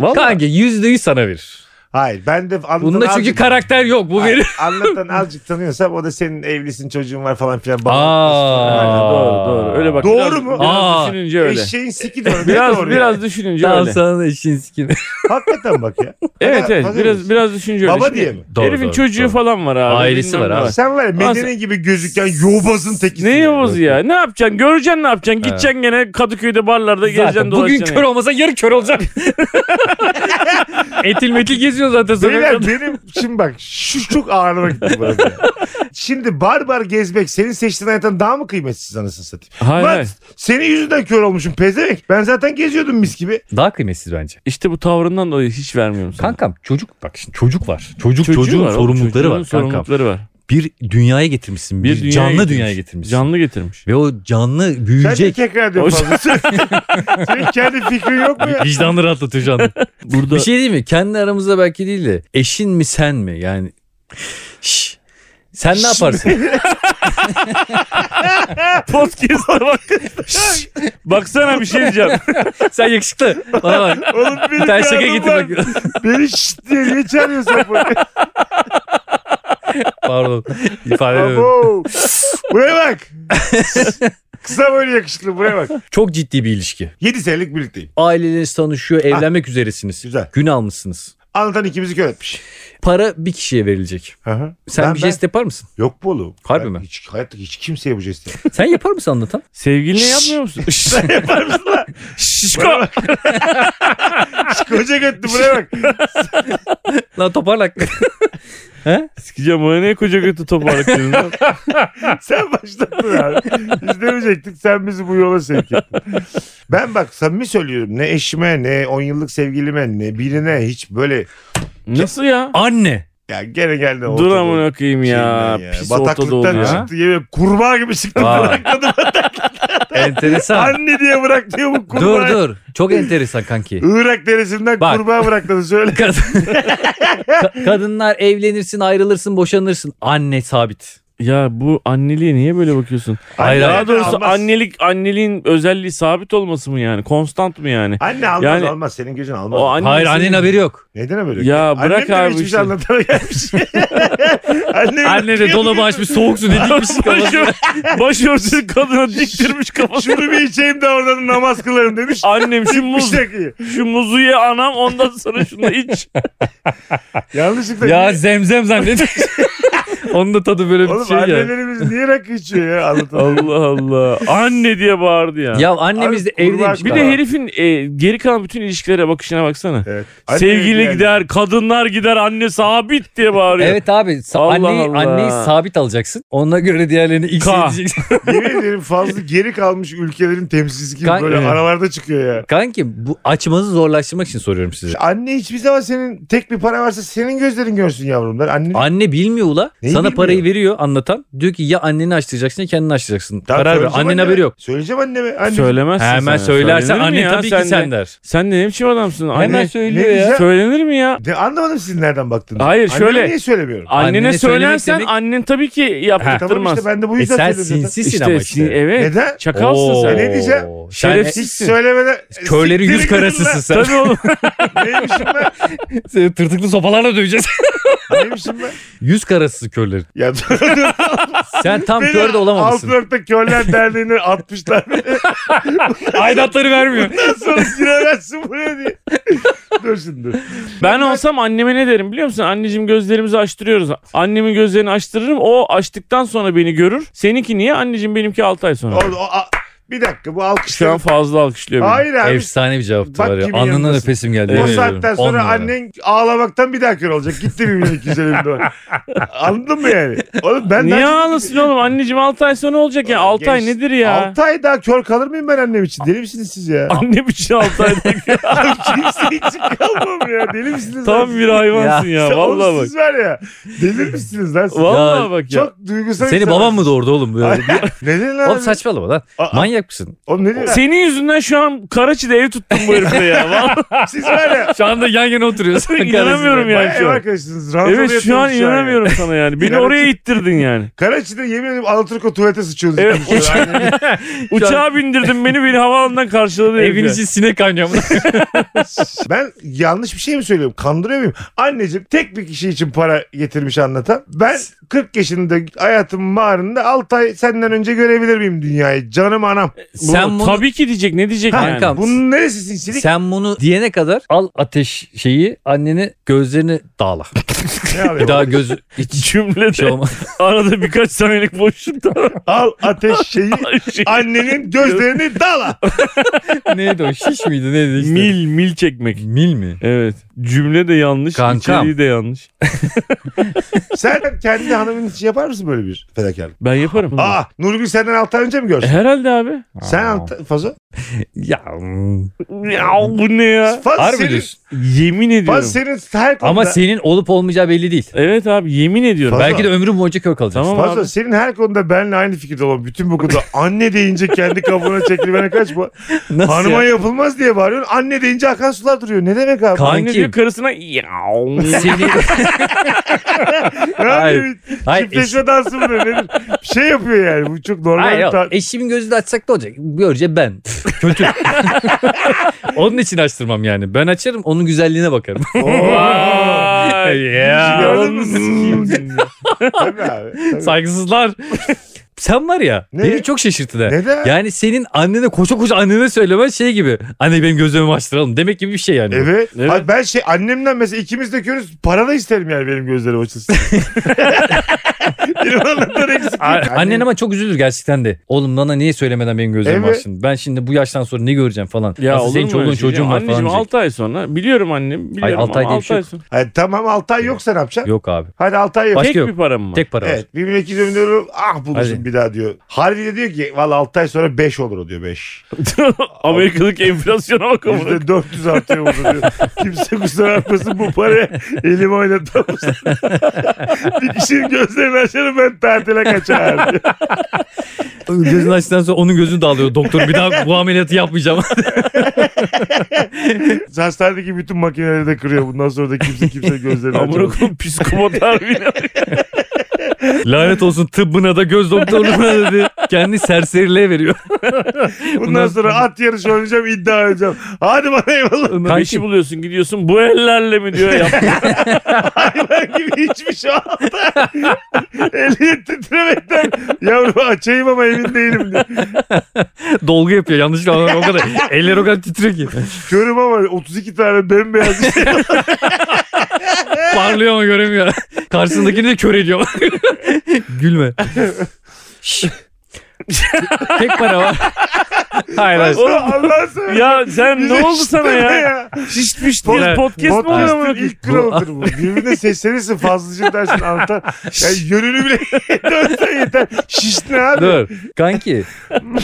Speaker 3: Vallahi
Speaker 2: Kanka yüzde yüz sana verir.
Speaker 1: Hayır ben de anlatan
Speaker 2: Bunda çünkü
Speaker 1: azıcık-
Speaker 2: karakter yok bu
Speaker 1: Hayır,
Speaker 2: verir.
Speaker 1: Anlatan azıcık tanıyorsam o da senin evlisin çocuğun var falan filan.
Speaker 2: Aa.
Speaker 1: Aa.
Speaker 3: doğru doğru. Öyle bak.
Speaker 1: Doğru
Speaker 3: biraz-
Speaker 1: mu?
Speaker 3: Biraz
Speaker 2: Aa.
Speaker 3: düşününce öyle.
Speaker 1: Eşeğin siki dönüyor.
Speaker 3: Biraz
Speaker 1: Doğru
Speaker 3: biraz
Speaker 1: yani.
Speaker 3: düşününce
Speaker 2: Tamam
Speaker 3: öyle.
Speaker 2: sana da işin sikini.
Speaker 1: Hakikaten bak ya.
Speaker 3: Evet
Speaker 1: Fazla-
Speaker 3: evet
Speaker 1: fazla
Speaker 3: biraz
Speaker 1: mısın?
Speaker 3: biraz düşünce öyle.
Speaker 1: Baba
Speaker 3: Şimdi
Speaker 1: diye mi?
Speaker 2: Doğru,
Speaker 3: Herifin
Speaker 2: doğru,
Speaker 3: çocuğu
Speaker 2: doğru.
Speaker 3: falan var abi.
Speaker 2: Ailesi
Speaker 3: bilmem
Speaker 2: var
Speaker 3: ne
Speaker 2: abi.
Speaker 1: Sen var ya medeni gibi gözüken yobazın tekisin.
Speaker 3: Ne
Speaker 1: ya.
Speaker 3: Yavuz ya? Ne yapacaksın? Göreceksin ne yapacaksın?
Speaker 2: Evet.
Speaker 3: Gideceksin gene Kadıköy'de barlarda gezeceksin
Speaker 2: Zaten bugün
Speaker 3: dolaşacaksın.
Speaker 2: kör olmasa yarın kör olacak. etil metil geziyor zaten sana.
Speaker 1: Beyler benim şimdi bak şu çok ağırlıma gitti bana. ya. Şimdi bar bar gezmek senin seçtiğin hayattan daha mı kıymetsiz anasını satayım?
Speaker 3: Hayır
Speaker 1: Lan
Speaker 3: hayır.
Speaker 1: senin yüzünden kör olmuşum pezevenk. Ben zaten geziyordum mis gibi.
Speaker 2: Daha kıymetsiz bence.
Speaker 3: İşte bu tavrından dolayı hiç vermiyorum sana.
Speaker 2: Kankam çocuk bak şimdi çocuk var. Çocuk
Speaker 3: Çocuğu
Speaker 2: çocuğun
Speaker 3: var, o
Speaker 2: sorumlulukları
Speaker 3: çocuğun
Speaker 2: var kankam.
Speaker 3: sorumlulukları var.
Speaker 2: Bir dünyaya getirmişsin. Bir,
Speaker 3: Bir dünyaya
Speaker 2: canlı
Speaker 3: getirmiş.
Speaker 2: dünyaya getirmişsin.
Speaker 3: Canlı getirmiş.
Speaker 2: Ve o canlı
Speaker 1: Sen de
Speaker 2: büyüyecek.
Speaker 1: tekrar diyor
Speaker 3: O-
Speaker 1: fazla. Senin kendi fikrin yok mu ya?
Speaker 2: Vicdanını rahatlatıyor canlı.
Speaker 3: Burada
Speaker 2: bir şey değil mi? Kendi aramızda belki değil de eşin mi sen mi? Yani Şş, sen ne yaparsın?
Speaker 3: podcast'a bak. Şşş, Baksana bir şey diyeceğim.
Speaker 2: sen yakışıklı. Bana bak.
Speaker 1: Oğlum benim
Speaker 2: Bir tane şaka
Speaker 1: yanım
Speaker 2: getir
Speaker 1: var.
Speaker 2: bak.
Speaker 1: Beni şşt diye niye çağırıyorsun bu?
Speaker 2: Pardon. İfade edemedim.
Speaker 1: Abo. Buraya bak. Kısa böyle yakışıklı buraya bak.
Speaker 2: Çok ciddi bir ilişki.
Speaker 1: 7 senelik birlikteyim.
Speaker 2: Aileleriniz tanışıyor, evlenmek üzeresiniz.
Speaker 1: Ah. Güzel.
Speaker 2: Gün almışsınız.
Speaker 1: Anlatan ikimizi kör etmiş.
Speaker 2: Para bir kişiye verilecek.
Speaker 1: Hı hı.
Speaker 2: Sen
Speaker 1: Ben-
Speaker 2: bir jest yapar mısın?
Speaker 1: ben- Yok bu oğlum.
Speaker 2: Harbi
Speaker 1: Ben
Speaker 2: mi?
Speaker 1: Hiç, hayatta hiç kimseye bu jesti.
Speaker 2: Sen yapar mısın anlatan?
Speaker 3: Sevgilinle yapmıyor musun?
Speaker 1: Yapar mısın lan?
Speaker 3: Şişko.
Speaker 1: Koca götlü buraya bak.
Speaker 2: Lan toparlak.
Speaker 3: Sikeceğim bana ne koca götü toparlık dedin lan.
Speaker 1: Sen başlattın abi. Biz demeyecektik sen bizi bu yola sevk ettin. Ben bak samimi söylüyorum ne eşime ne 10 yıllık sevgilime ne birine hiç böyle
Speaker 3: Nasıl ya?
Speaker 2: Anne.
Speaker 1: ya gene geldi.
Speaker 3: Dur
Speaker 1: ortada.
Speaker 3: amına koyayım ya.
Speaker 1: Şeyinden
Speaker 3: Pis ortada oldu
Speaker 1: Bataklıktan
Speaker 3: ya.
Speaker 1: çıktı yemin kurbağa gibi çıktı
Speaker 2: Vay.
Speaker 1: bırakladı.
Speaker 2: Enteresan.
Speaker 1: Anne diye bırak diyor bu kurbağa.
Speaker 2: dur dur. Çok enteresan kanki.
Speaker 1: Irak deresinden
Speaker 2: Bak.
Speaker 1: kurbağa bırakladı söyle.
Speaker 2: Kad- Ka- Kadınlar evlenirsin, ayrılırsın, boşanırsın. Anne sabit.
Speaker 3: Ya bu anneliğe niye böyle bakıyorsun?
Speaker 2: Hayır,
Speaker 3: Daha
Speaker 2: hayır.
Speaker 3: doğrusu
Speaker 1: almaz.
Speaker 3: annelik anneliğin özelliği sabit olması mı yani? Konstant mı yani?
Speaker 1: Anne almaz
Speaker 3: Yani-
Speaker 1: almaz senin gözün almaz.
Speaker 3: O anne
Speaker 2: Hayır annenin haberi yok.
Speaker 1: Neden böyle?
Speaker 3: Ya
Speaker 1: Annem
Speaker 3: bırak
Speaker 1: de
Speaker 3: abi
Speaker 1: hiçbir
Speaker 3: işte.
Speaker 1: şey anlatana gelmiş. Anne,
Speaker 2: Anne de dolabı açmış soğuk su dikmiş kafasına.
Speaker 3: Başörtüsü kadına diktirmiş kafasını.
Speaker 1: Şunu bir içeyim de oradan namaz kılarım demiş.
Speaker 3: Annem şu
Speaker 1: Bir şey-
Speaker 3: muz,
Speaker 1: şakayı.
Speaker 3: şu muzu ye anam ondan sonra şunu iç.
Speaker 1: Yanlışlıkla.
Speaker 2: ya
Speaker 1: niye-
Speaker 2: zemzem zannet. Onun da tadı böyle bir
Speaker 1: Oğlum
Speaker 2: şey ya.
Speaker 1: annelerimiz niye rakı içiyor ya anlatalım.
Speaker 3: Allah Allah. Anne diye bağırdı ya.
Speaker 2: Ya annemiz de
Speaker 1: Abi,
Speaker 2: evdeymiş.
Speaker 1: kurbağa-
Speaker 3: bir de herifin e, geri kalan bütün ilişkilere bakışına baksana.
Speaker 1: Evet.
Speaker 3: Sevgili
Speaker 1: yani.
Speaker 3: gider, kadınlar gider, anne sabit diye bağırıyor.
Speaker 2: Evet abi sa-
Speaker 3: Allah
Speaker 2: anneyi,
Speaker 3: Allah.
Speaker 2: anneyi sabit alacaksın. Ona göre diğerlerini ilk
Speaker 3: Ka.
Speaker 2: edeceksin.
Speaker 1: Yemin ederim fazla geri kalmış ülkelerin temsilcisi gibi
Speaker 2: Kan-
Speaker 1: böyle
Speaker 2: Evet.
Speaker 1: aralarda çıkıyor ya.
Speaker 2: Kanki bu açmanızı zorlaştırmak için soruyorum size.
Speaker 1: Anne hiçbir zaman senin tek bir para varsa senin gözlerin görsün yavrumlar. Anne
Speaker 2: Anne bilmiyor ula.
Speaker 1: Neyi
Speaker 2: Sana
Speaker 1: bilmiyor?
Speaker 2: parayı veriyor anlatan. Diyor ki ya anneni açtıracaksın ya kendini açtıracaksın.
Speaker 1: Tamam,
Speaker 2: Karar ver.
Speaker 1: söyleyeceğim
Speaker 2: Annen
Speaker 1: anneme.
Speaker 2: haberi yok.
Speaker 1: Söyleyeceğim anneme. Anne,
Speaker 3: Söylemezsin
Speaker 2: Hemen
Speaker 3: sana.
Speaker 2: söylersen
Speaker 3: Söylenir mi
Speaker 2: anne
Speaker 3: ya?
Speaker 2: tabii
Speaker 3: Sen
Speaker 2: ki
Speaker 3: de-
Speaker 2: sen der.
Speaker 3: Sen de ne biçim adamsın? Anne,
Speaker 2: Hemen söylüyor
Speaker 1: ne
Speaker 2: ya.
Speaker 1: güzel.
Speaker 3: Söylenir mi ya?
Speaker 1: Ne, anlamadım sizin nereden baktığını.
Speaker 3: Hayır,
Speaker 1: Anneme
Speaker 3: şöyle.
Speaker 1: niye söylemiyorum? E,
Speaker 3: Annene,
Speaker 2: Annene söylemek
Speaker 3: söylersen
Speaker 2: demek-
Speaker 3: annen tabii ki
Speaker 1: Tamam
Speaker 3: yaptırmaz.
Speaker 1: işte ben de bu
Speaker 2: E
Speaker 1: yüzden
Speaker 2: sen
Speaker 1: söylüyorum zaten.
Speaker 2: sinsisin ama işte.
Speaker 3: sin- evet.
Speaker 1: Neden?
Speaker 3: Çakalsın
Speaker 2: Oo.
Speaker 3: sen.
Speaker 1: Ne diyeceğim?
Speaker 2: Sen-
Speaker 3: Şerefsiz.
Speaker 1: Hiç söylemeden.
Speaker 2: Körlerin
Speaker 1: Siktirin
Speaker 2: yüz
Speaker 1: gidin
Speaker 2: karasısın sen.
Speaker 3: Tabii oğlum.
Speaker 1: lan. Neymişim ben?
Speaker 2: Seni tırtıklı sopalarla döveceğiz.
Speaker 1: Neymişim ben?
Speaker 2: yüz karasısı körlerin.
Speaker 1: Ya dur.
Speaker 2: Sen tam
Speaker 1: Beni
Speaker 2: kör de olamamışsın.
Speaker 1: Outlook'ta körler derneğine atmışlar.
Speaker 2: Aidatları vermiyor.
Speaker 1: Sonra giremezsin buraya diye. dur şimdi. dur.
Speaker 3: Ben olsam anneme ne derim biliyor musun? Anneciğim gözlerimizi açtırıyoruz. Annemin gözlerini açtırırım. O açtıktan sonra beni görür. Seninki niye? Anneciğim benimki 6 ay sonra.
Speaker 1: O, o, a- bir dakika bu
Speaker 3: Şu an
Speaker 1: alkışlar.
Speaker 3: fazla alkışlıyor beni.
Speaker 1: Hayır abi.
Speaker 2: Efsane bir cevaptı
Speaker 1: Bak
Speaker 2: var ya.
Speaker 1: kimin
Speaker 2: Alnından
Speaker 1: yanındasın.
Speaker 2: öpesim geldi.
Speaker 1: O
Speaker 2: yemin
Speaker 1: saatten
Speaker 2: ediyorum. On
Speaker 1: sonra
Speaker 2: numara.
Speaker 1: annen ağlamaktan bir daha kör olacak. Gitti bir milyon iki yüz elli bin dolar. Anladın mı yani? Oğlum ben
Speaker 3: Niye ağlasın oğlum? Anneciğim 6 ay sonra olacak ya. 6 ay nedir ya?
Speaker 1: 6 ay daha kör kalır mıyım ben annem için? Deli misiniz siz ya?
Speaker 3: Annem için 6 ay.
Speaker 1: Abi kimse için kalmam ya. Deli misiniz?
Speaker 3: Tam bir hayvansın ya.
Speaker 1: Siz- oğlum
Speaker 3: Vallahi bak.
Speaker 1: Siz var ya. Delir misiniz lan siz?
Speaker 3: Vallahi bak ya.
Speaker 1: Çok duygusal
Speaker 2: Seni
Speaker 1: insan-
Speaker 2: baban mı doğurdu oğlum? Böyle?
Speaker 1: Neden lan?
Speaker 2: oğlum saçmalama lan.
Speaker 1: Aa,
Speaker 2: Manyak manyak mısın?
Speaker 1: Oğlum ne diyorsun?
Speaker 3: Senin yüzünden şu an Karaçi'de ev tuttum bu herifle ya. Vallahi
Speaker 1: Siz var ya.
Speaker 2: Şu anda yan yana oturuyorsun.
Speaker 3: İnanamıyorum ya
Speaker 1: Bayağı ev
Speaker 3: şu an.
Speaker 1: arkadaşısınız. Ranzada
Speaker 3: Evet şu an
Speaker 1: yatıyorsunuz
Speaker 3: inanamıyorum sana yani. Beni
Speaker 1: İnanamıyorum.
Speaker 3: oraya ittirdin yani.
Speaker 1: Karaçi'de yemin ederim Alaturka tuvalete şey sıçıyordu.
Speaker 3: Evet,
Speaker 1: ikimiz şöyle. Aynen.
Speaker 3: Uçağa bindirdin beni beni havaalanından karşıladı. herif
Speaker 2: Evin
Speaker 3: ya.
Speaker 2: için sinek kaynıyor.
Speaker 1: ben yanlış bir şey mi söylüyorum? Kandırıyor muyum? Anneciğim tek bir kişi için para getirmiş anlatan. Ben 40 yaşında hayatımın bağrında 6 ay senden önce görebilir miyim dünyayı? Canım anam.
Speaker 3: Bu-
Speaker 2: Sen bunu,
Speaker 3: Tabii ki diyecek ne diyecek
Speaker 2: Ha,
Speaker 3: yani.
Speaker 2: kankam.
Speaker 1: Bunun neresi sinsilik?
Speaker 2: sen bunu diyene kadar al ateş şeyi anneni gözlerini dağla.
Speaker 1: Ne yapıyor?
Speaker 2: Bir daha gözü hiç
Speaker 3: Cümlede
Speaker 2: şey olmaz.
Speaker 3: arada birkaç saniyelik boşlukta
Speaker 1: Al ateş şeyi
Speaker 3: şey,
Speaker 1: annenin gözlerini dala.
Speaker 2: Neydi o şiş miydi neydi işte.
Speaker 3: mil mil çekmek.
Speaker 2: Mil mi?
Speaker 3: Evet. Cümle de yanlış,
Speaker 2: Kankam.
Speaker 3: içeriği de yanlış.
Speaker 1: Sen kendi hanımın için yapar mısın böyle bir fedakarlık?
Speaker 3: Ben yaparım.
Speaker 2: Ah.
Speaker 1: Aa Nurgül senden 6 ay önce mi
Speaker 3: E,
Speaker 1: görsün?
Speaker 3: Herhalde abi.
Speaker 1: Sen
Speaker 2: Aa.
Speaker 1: altı, Fazo?
Speaker 2: Ya mm,
Speaker 3: Ya bu ne ya?
Speaker 1: Faz
Speaker 2: harbi
Speaker 1: senin,
Speaker 2: diyorsun.
Speaker 3: Yemin ediyorum.
Speaker 1: Faz senin her konuda.
Speaker 2: Ama senin olup olmayacağı belli değil.
Speaker 3: Evet abi yemin ediyorum.
Speaker 1: Faz-
Speaker 2: Belki de ömrün boyunca kör kalacaksın.
Speaker 3: Tamam.
Speaker 1: Fazla
Speaker 3: abi.
Speaker 1: senin her konuda benle aynı fikirde olan bütün bu konuda anne deyince kendi kafana çekilmene kaçma.
Speaker 2: Nasıl
Speaker 1: Hanıma
Speaker 2: ya?
Speaker 1: yapılmaz diye bağırıyorsun. Anne deyince akan sular duruyor. Ne demek abi?
Speaker 2: Kan-
Speaker 3: Anne
Speaker 2: Kankim.
Speaker 3: diyor karısına yav.
Speaker 2: Seni...
Speaker 1: Ne
Speaker 2: Hayır.
Speaker 1: yapıyor?
Speaker 2: Hayır, eş-
Speaker 1: Çiftleşme dansı mı ne? nedir? Bir şey yapıyor yani. Bu çok normal.
Speaker 2: Hayır,
Speaker 1: bir
Speaker 2: yok.
Speaker 1: ta-
Speaker 2: eşimin gözünü açsak ne olacak? Görece ben. Kötü. onun için açtırmam yani. Ben açarım onun güzelliğine bakarım.
Speaker 3: Vay.
Speaker 1: Gördün mü
Speaker 2: Hmm.
Speaker 1: sikiyim? Tabii abi. tabii.
Speaker 2: Saygısızlar. Sen var ya
Speaker 1: Ne?
Speaker 2: beni çok şaşırttı da.
Speaker 1: Neden?
Speaker 2: Yani senin annene koşa koşa annene söylemen şey gibi. Anne benim gözlerimi açtıralım demek gibi bir şey yani.
Speaker 1: Evet.
Speaker 3: Evet.
Speaker 1: Abi ben şey annemden mesela ikimiz de körüz. Para da isterim yani benim gözlerim açılsın. Benim anlatan eksik.
Speaker 2: A- Annen ama çok üzülür gerçekten de. Oğlum nana niye söylemeden benim gözlerimi
Speaker 1: Evet.
Speaker 2: açtın? Ben şimdi bu yaştan sonra ne göreceğim falan.
Speaker 3: Ya
Speaker 2: Nasıl
Speaker 3: olur
Speaker 2: senin
Speaker 3: mu
Speaker 2: çoluğun
Speaker 3: öyle şey?
Speaker 2: çocuğun var falan
Speaker 3: Anneciğim
Speaker 2: diyecek.
Speaker 3: 6 ay sonra. Biliyorum annem. Biliyorum
Speaker 2: Hayır, altı ay
Speaker 3: ama
Speaker 2: diye bir
Speaker 3: altı
Speaker 2: şey
Speaker 3: ay
Speaker 2: yok.
Speaker 3: sonra.
Speaker 1: Hayır, tamam 6 ay yoksa ne yapacaksın?
Speaker 2: Yok abi.
Speaker 1: Hadi 6 ay yok.
Speaker 2: Başka
Speaker 3: Tek
Speaker 2: yok.
Speaker 3: bir param var.
Speaker 2: Tek para var.
Speaker 1: Evet 1200 bin euro ah bulursun
Speaker 2: Hadi.
Speaker 1: bir daha diyor. Harbi de diyor ki valla 6 ay sonra 5 olur o diyor 5.
Speaker 3: Amerikalık enflasyona bak amına.
Speaker 1: Bizde 400 artıyor burada diyor. Kimse kusura bakmasın bu paraya elimi oynatamazsın. bir kişinin gözlerini açarım ben tatile kaçarım diyor.
Speaker 2: Gözünü açtıktan sonra onun gözünü dağılıyor. Doktor bir daha bu ameliyatı yapmayacağım.
Speaker 1: Hastanedeki bütün makineleri de kırıyor. Bundan sonra da kimse kimse gözlerini
Speaker 3: Amına
Speaker 1: açamaz.
Speaker 3: koyayım psikopat harbiden.
Speaker 2: Lanet olsun tıbbına da göz doktorluğuna dedi. Kendi serseriliğe veriyor.
Speaker 1: Bundan sonra at yarışı oynayacağım iddia oynayacağım. Hadi bana eyvallah.
Speaker 3: Bir
Speaker 2: şey
Speaker 3: işi buluyorsun gidiyorsun bu ellerle mi diyor yap.
Speaker 1: Hayvan gibi hiçbir şey olmadı. Elini titremekten yavrum açayım ama emin değilim diyor.
Speaker 2: dolgu yapıyor yanlışlıkla o kadar. Eller o kadar titriyor ki.
Speaker 1: Körüm ama 32 tane bembeyaz bir şey.
Speaker 2: Parlıyor ama göremiyor. Karşısındakini de kör ediyor. Gülme. Şş. Tek para var. Hayır hayır.
Speaker 1: Oğlum Allah'ın seversen.
Speaker 3: ya sen
Speaker 1: bize
Speaker 3: ne oldu
Speaker 1: şişt
Speaker 3: sana
Speaker 1: deme
Speaker 3: ya? Şişmiş değil.
Speaker 2: Evet.
Speaker 3: Podcast mi oluyor amına
Speaker 1: Podcast'ın
Speaker 3: koyayım?
Speaker 1: ilk kralıdır bu. Birbirine seslenirsin fazlaca dersin anlatan. Yani yönünü bile dönsen yeter. Şiş ne abi?
Speaker 2: Dur. Kanki.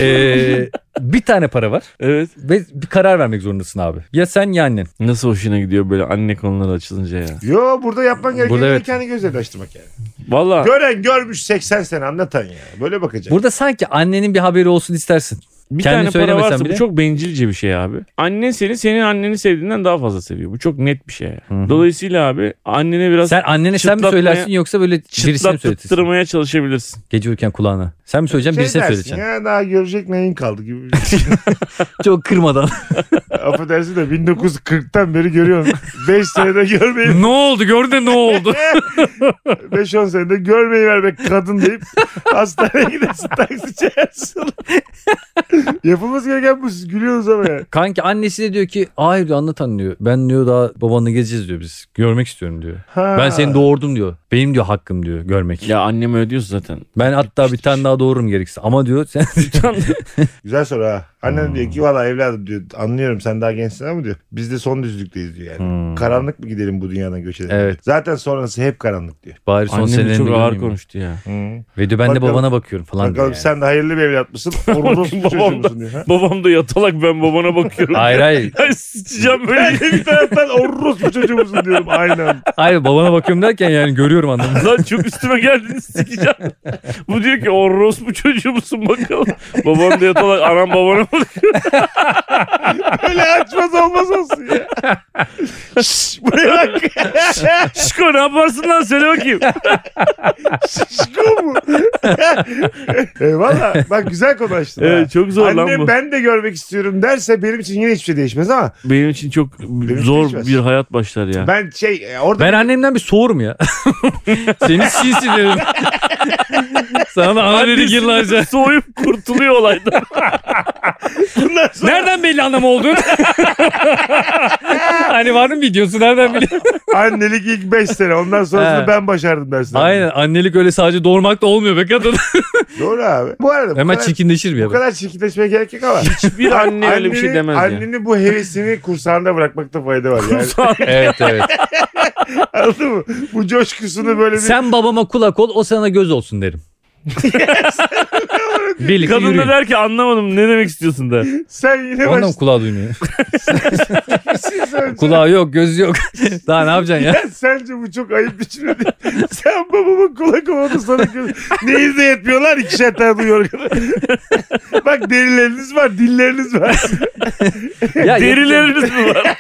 Speaker 2: eee, bir tane para var
Speaker 3: Evet.
Speaker 2: ve bir karar vermek zorundasın abi. Ya sen ya annen.
Speaker 3: Nasıl hoşuna gidiyor böyle anne konuları açılınca ya?
Speaker 1: Yo burada yapman gereken
Speaker 2: Burada
Speaker 1: kendi
Speaker 2: evet.
Speaker 1: kendi gözlerini açtırmak yani.
Speaker 3: Valla
Speaker 1: Gören görmüş 80 sene anlatan ya. Böyle bakacak.
Speaker 2: Burada sanki annenin bir haberi olsun istersin.
Speaker 3: bir
Speaker 2: Kendin
Speaker 3: tane para
Speaker 2: söylemesen
Speaker 3: varsa
Speaker 2: bile.
Speaker 3: bu çok bencilce bir şey abi. Annen seni senin anneni sevdiğinden daha fazla seviyor. Bu çok net bir şey. ya.
Speaker 2: Hı hı.
Speaker 3: Dolayısıyla abi annene biraz
Speaker 2: Sen annene sen mi
Speaker 3: Çıtlatmaya-
Speaker 2: söylersin yoksa böyle birisine mi söyletirsin?
Speaker 3: çıtlattırmaya çalışabilirsin.
Speaker 2: Gece uyurken kulağına. Sen mi söyleyeceksin birisine
Speaker 1: Şey dersin
Speaker 2: söyleyeceksin.
Speaker 1: ya daha görecek neyin kaldı gibi. bir şey.
Speaker 2: Çok kırmadan.
Speaker 1: Affedersin de 1940'tan beri görüyorum. 5 senede görmeyi,
Speaker 2: ne oldu gördün de ne oldu?
Speaker 1: 5-10 senede görmeyi ver be kadın deyip hastaneye gidersin taksi çağırsın. Yapılması gereken bu siz gülüyorsunuz ama ya.
Speaker 2: Kanki annesi de diyor ki hayır diyor anlatan diyor. Ben diyor daha babanla gezeceğiz diyor biz. Görmek istiyorum diyor.
Speaker 1: Ha.
Speaker 2: Ben seni doğurdum diyor. Benim diyor hakkım diyor görmek.
Speaker 3: Ya annem ödüyor zaten.
Speaker 2: Ben hatta bir tane daha doğururum gerekirse. Ama diyor sen
Speaker 1: Güzel soru ha. Annem diyor ki valla evladım diyor anlıyorum sen daha gençsin ama diyor biz de son düzlükteyiz diyor yani.
Speaker 2: Hmm.
Speaker 1: Karanlık mı gidelim bu dünyadan göç edelim?
Speaker 2: Evet.
Speaker 1: Zaten sonrası hep karanlık diyor.
Speaker 2: bari son
Speaker 3: Annem
Speaker 2: senelerinde
Speaker 3: çok ağır
Speaker 2: görmeyeyim.
Speaker 3: konuştu ya.
Speaker 1: Hı.
Speaker 2: Ve diyor ben de
Speaker 1: Bakalım-
Speaker 2: babana bakıyorum falan diyor.
Speaker 1: Bakalım
Speaker 2: yani.
Speaker 1: sen de hayırlı bir evlat mısın? Orospu çocuğu. Babam
Speaker 3: babamda.
Speaker 1: da. Ya.
Speaker 3: Babam da yatalak ben babana bakıyorum.
Speaker 2: Hayır hayır.
Speaker 3: Ay, Sıçacağım
Speaker 1: Ben
Speaker 3: böyle.
Speaker 1: de bir taraftan orros bu çocuğu musun diyorum aynen.
Speaker 2: Hayır babana bakıyorum derken yani görüyorum anlamında.
Speaker 3: Lan çok üstüme geldiniz sikeceğim. Bu diyor ki orros bu çocuğu musun bakalım. Babam da yatalak anam babana bak.
Speaker 1: Öyle açmaz olmaz olsun ya. Şşş buraya bak.
Speaker 3: Şiko ne yaparsın lan söyle bakayım.
Speaker 1: Şişko mu? Eyvallah. Bak güzel konu açtın. ha.
Speaker 3: Evet, çok zor lan
Speaker 1: Annem
Speaker 3: bu.
Speaker 1: ben de görmek istiyorum derse benim için yine hiçbir şey değişmez ama
Speaker 3: Benim için çok
Speaker 1: için
Speaker 3: zor
Speaker 1: değişmez.
Speaker 3: bir hayat başlar ya.
Speaker 1: ben şey e, orada
Speaker 2: Ben annemden bir soğurum ya. Seni sinsi dedim. Sana da ana dedi gir lan sen.
Speaker 3: Soğuyup kurtuluyor olaydan.
Speaker 1: bundan sonra
Speaker 2: Nereden belli anam oldun? hani var mı videosu nereden biliyorsun?
Speaker 1: annelik ilk 5 sene ondan sonrasını
Speaker 2: He.
Speaker 1: ben başardım dersin.
Speaker 2: Aynen annelik öyle sadece doğurmak da olmuyor be kadın.
Speaker 1: Doğru abi. Bu arada bu
Speaker 2: Hemen
Speaker 1: kadar,
Speaker 2: çirkinleşir bir
Speaker 1: bu
Speaker 2: adam.
Speaker 1: kadar çirkinleşmeye gerek yok ama.
Speaker 3: Hiçbir anne öyle bir şey
Speaker 1: Annenin-
Speaker 3: demez ya.
Speaker 1: Annenin bu hevesini kursağında bırakmakta fayda var yani.
Speaker 2: Evet evet.
Speaker 1: Anladın mı? Bu coşkusunu böyle bir...
Speaker 2: Sen babama kulak ol o sana göz olsun derim. Birlikte
Speaker 3: Kadın da
Speaker 2: yürüyün.
Speaker 3: der ki anlamadım ne demek istiyorsun der.
Speaker 1: Sen yine
Speaker 2: Ondan
Speaker 1: başlıyorsun.
Speaker 2: kulağı duymuyor.
Speaker 1: Sen-
Speaker 2: Kulağı yok gözü yok. Daha ne yapacaksın ya?
Speaker 1: Ya sence bu çok ayıp biçimde değil. Sen babamın kulak olmadı sana göre. Neyiz de yetmiyorlar ikişer tane duyuyor. Bak derileriniz var, dilleriniz var.
Speaker 2: ya
Speaker 3: Derileriniz mi var?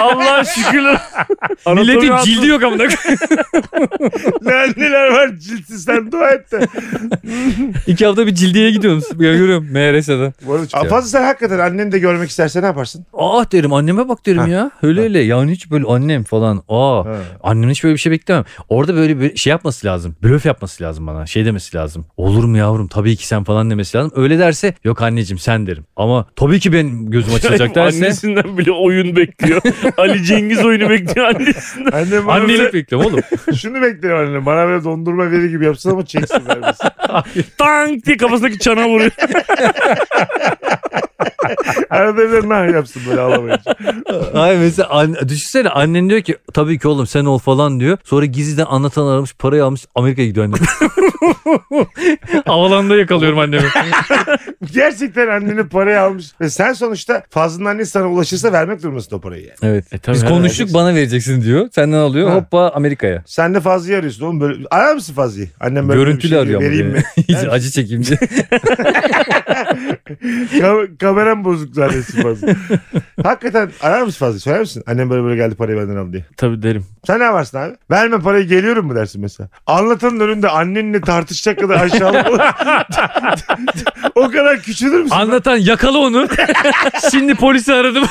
Speaker 3: Allah şükürler. Anatomi
Speaker 2: Milletin
Speaker 3: altı-
Speaker 2: cildi yok amına.
Speaker 1: Neler var ciltsiz sen dua et de.
Speaker 2: İki hafta bir cildiye gidiyorum. Ya Yürüyorum MRS'den.
Speaker 1: Bu arada çok- Fazla sen hakikaten anneni de görmek istersen ne yaparsın?
Speaker 2: Ah derim anneme bak derim ya. Öyle öyle yani hiç böyle annem falan. Aa.
Speaker 1: Ha.
Speaker 2: Annemin hiç böyle bir şey beklemem. Orada böyle bir şey yapması lazım. Blöf yapması lazım bana. Şey demesi lazım. Olur mu yavrum tabii ki sen falan demesi lazım. Öyle derse yok anneciğim sen derim. Ama tabii ki benim gözüm açılacak derse.
Speaker 3: Annesinden bile oyun bekliyor. Ali Cengiz oyunu bekliyor annesinden.
Speaker 1: Annem bana
Speaker 2: Annelik bekliyorum oğlum.
Speaker 1: böyle- şunu bekliyorum annem. Bana böyle dondurma veri gibi yapsın ama çeksin vermesin.
Speaker 3: Tank diye kafasındaki çana vuruyor.
Speaker 1: Arada bir de nah yapsın böyle ağlamayınca.
Speaker 2: Ay mesela an- düşünsene annen diyor ki tabii ki oğlum sen ol falan diyor. Sonra gizliden anlatan aramış parayı almış Amerika'ya gidiyor annem. Havalanda yakalıyorum annemi.
Speaker 1: Gerçekten anneni parayı almış. Ve sen sonuçta fazlının annesi sana ulaşırsa vermek durumundasın o parayı yani.
Speaker 2: evet.
Speaker 3: tabii,
Speaker 2: Biz
Speaker 3: herhalde.
Speaker 2: konuştuk bana vereceksin diyor. Senden alıyor
Speaker 1: Ha.
Speaker 2: hoppa Amerika'ya.
Speaker 1: Sen de Fazlı'yı arıyorsun oğlum. Böyle, arar mısın Fazlı'yı? Annem böyle
Speaker 2: Görüntülü
Speaker 1: bir şey diyor,
Speaker 2: arıyor ama
Speaker 1: Vereyim mi?
Speaker 2: diyor. Hiç acı çekeyim diye.
Speaker 1: Ka- kameram bozuk zannetsin Fazlı. Hakikaten arar mısın Fazlı? Söyler misin? Annem böyle böyle geldi parayı benden aldı diye.
Speaker 3: Tabii derim.
Speaker 1: Sen ne yaparsın abi? Verme parayı geliyorum mu dersin mesela? Anlatanın önünde annenle tartışacak kadar aşağılık o kadar küçülür müsün?
Speaker 2: Anlatan yakala onu. Şimdi polisi aradım.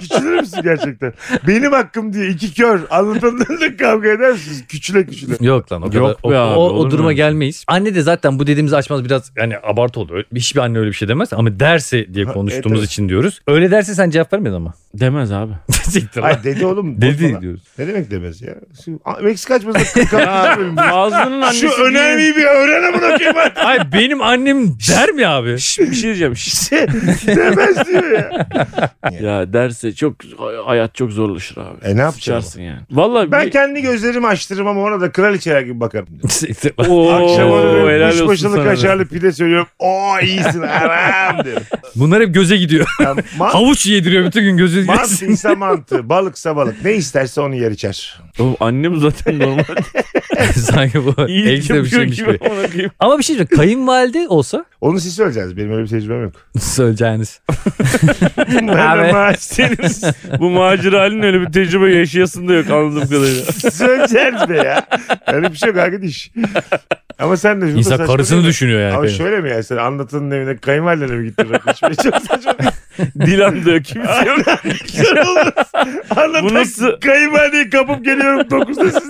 Speaker 1: küçülür müsün gerçekten? Benim hakkım diye iki kör anlatanın önünde kavga eder misiniz? Küçüle küçüle.
Speaker 2: Yok lan o kadar.
Speaker 3: Yok
Speaker 2: o,
Speaker 3: be abi,
Speaker 2: o,
Speaker 3: olur
Speaker 2: o
Speaker 3: mu
Speaker 2: duruma
Speaker 3: öyle şey?
Speaker 2: gelmeyiz. Anne de zaten bu dediğimizi açmaz biraz yani abartı oldu. Öyle- Hiçbir anne öyle bir şey demez ama derse diye
Speaker 1: Ha,
Speaker 2: konuştuğumuz
Speaker 1: evet, evet.
Speaker 2: için diyoruz. Öyle derse sen cevap vermedin ama.
Speaker 3: Demez abi.
Speaker 2: Siktir lan.
Speaker 1: Ay dedi oğlum.
Speaker 2: Dedi
Speaker 1: bozma lan.
Speaker 2: diyoruz.
Speaker 1: Ne demek demez ya? Şimdi, A- Meksika açmasında kırk altı bölüm.
Speaker 3: Fazlı'nın annesi...
Speaker 1: Şu önemli bir öğrene bırakayım artık.
Speaker 2: Ay benim annem der mi abi?
Speaker 3: Şş, bir şey diyeceğim. Şş.
Speaker 1: Şey Demez diyor ya.
Speaker 3: Ya derse çok hayat çok zorlaşır abi.
Speaker 1: E ne yapacağım?
Speaker 3: Sıçarsın yani. Vallahi
Speaker 1: Ben
Speaker 3: bir-
Speaker 1: kendi gözlerimi açtırırım ama ona da kraliçeler gibi bakarım. diyor.
Speaker 2: Siktir lan.
Speaker 3: Oo,
Speaker 1: Akşam ona böyle
Speaker 3: helal olsun
Speaker 1: kuşbaşılı
Speaker 3: sana be.
Speaker 1: kaşarlı pide söylüyorum. Oo iyisin aram diyor.
Speaker 2: Bunlar hep göze gidiyor.
Speaker 1: Yani ma-
Speaker 2: Havuç yediriyor bütün gün gözü.
Speaker 1: mantı ise mantı, balıksa balık. Ne isterse onu yer içer.
Speaker 3: Oğlum annem zaten normal.
Speaker 2: Sanki bu
Speaker 3: İyilik
Speaker 2: ekstra bir
Speaker 3: yapıyor
Speaker 2: şeymiş
Speaker 3: gibi.
Speaker 2: gibi.
Speaker 3: ona diyeyim.
Speaker 2: Ama bir şey söyleyeyim. Kayınvalide olsa
Speaker 1: Onu siz söyleyeceksiniz. Benim öyle bir tecrübem yok.
Speaker 2: söyleyeceğiniz.
Speaker 1: Ben
Speaker 2: Abi.
Speaker 1: de maaş
Speaker 3: Senin bu macera halinin öyle bir tecrübe yaşayasın da yok anladığım kadarıyla.
Speaker 1: söyleyeceksiniz be ya. Öyle bir şey yok arkadaş. Ama sen de şurada
Speaker 2: İnsan
Speaker 1: saçma
Speaker 2: karısını
Speaker 1: değil mi?
Speaker 2: düşünüyor yani.
Speaker 1: Ama
Speaker 2: kayın-
Speaker 1: şöyle mi yani sen anlatanın evine kayınvalidene mi gittin rakı içmeye? Çok saçma.
Speaker 3: Dilan da yok kimse yok.
Speaker 1: Anlatan
Speaker 3: Bu nasıl-
Speaker 1: kayınvalideyi kapıp geliyorum 9'da siz.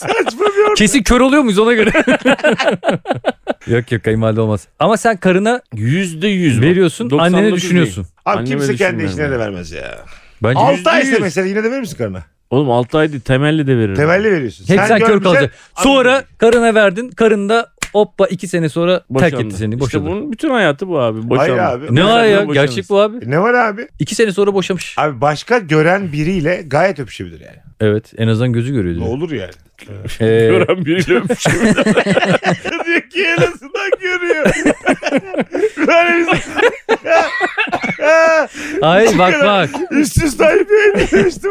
Speaker 1: Saçma bir ortam.
Speaker 2: Kesin kör oluyor muyuz ona göre? yok yok kayınvalide olmaz. Ama sen karına
Speaker 3: Yüzde yüz. bak.
Speaker 2: veriyorsun
Speaker 3: 99
Speaker 2: annene
Speaker 3: değil.
Speaker 2: düşünüyorsun.
Speaker 1: Abi
Speaker 3: Anneme
Speaker 1: kimse kendi
Speaker 3: düşünmüyorum
Speaker 1: işine
Speaker 3: ya.
Speaker 1: de vermez ya.
Speaker 2: Bence
Speaker 1: 6 ay
Speaker 3: yüz.
Speaker 1: mesela yine de verir misin karına?
Speaker 3: Oğlum 6 aydı temelli de veririm.
Speaker 1: Temelli veriyorsun.
Speaker 2: hep sen, kör
Speaker 1: görmeyeceksin,
Speaker 2: kalacaksın. Sonra karına verdin karın da hoppa iki sene sonra
Speaker 3: Boşandı.
Speaker 2: terk etti seni
Speaker 3: İşte
Speaker 2: boşadı.
Speaker 3: bunun bütün hayatı bu abi. Boşandı.
Speaker 1: Hayır abi.
Speaker 2: Ne var ya
Speaker 3: Boşandı.
Speaker 2: gerçek bu abi.
Speaker 1: E Ne var abi?
Speaker 2: İki sene sonra boşamış.
Speaker 1: Abi başka gören biriyle gayet öpüşebilir yani.
Speaker 2: Evet en azından gözü görüyor.
Speaker 1: Ne
Speaker 2: diyor.
Speaker 1: olur yani.
Speaker 2: Ee,
Speaker 3: şey Gören biriyle öpüşüyor.
Speaker 1: Diyor ki, Türkiye en azından görüyor. Böyle bizim
Speaker 2: Ay bak bak.
Speaker 1: üstsüz ayıp etmişti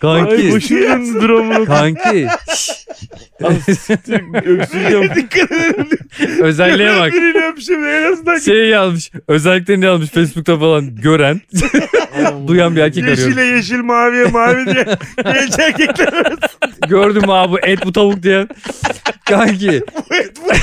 Speaker 1: bu.
Speaker 3: Ay
Speaker 2: Kanki.
Speaker 3: başımın durumu.
Speaker 2: Kanki. şşş.
Speaker 3: Öksürüyorum.
Speaker 1: Dikkat edin.
Speaker 2: Özelliğe bak.
Speaker 1: Birini öpüşüm en azından.
Speaker 2: Şey yazmış. Özelliklerini yazmış Facebook'ta falan gören. Duyan bir erkek arıyorum.
Speaker 1: Yeşile yeşil maviye mavi diye genç erkekler arasında
Speaker 2: Gördüm abi bu et bu tavuk diyen. Kanki.
Speaker 1: et bu.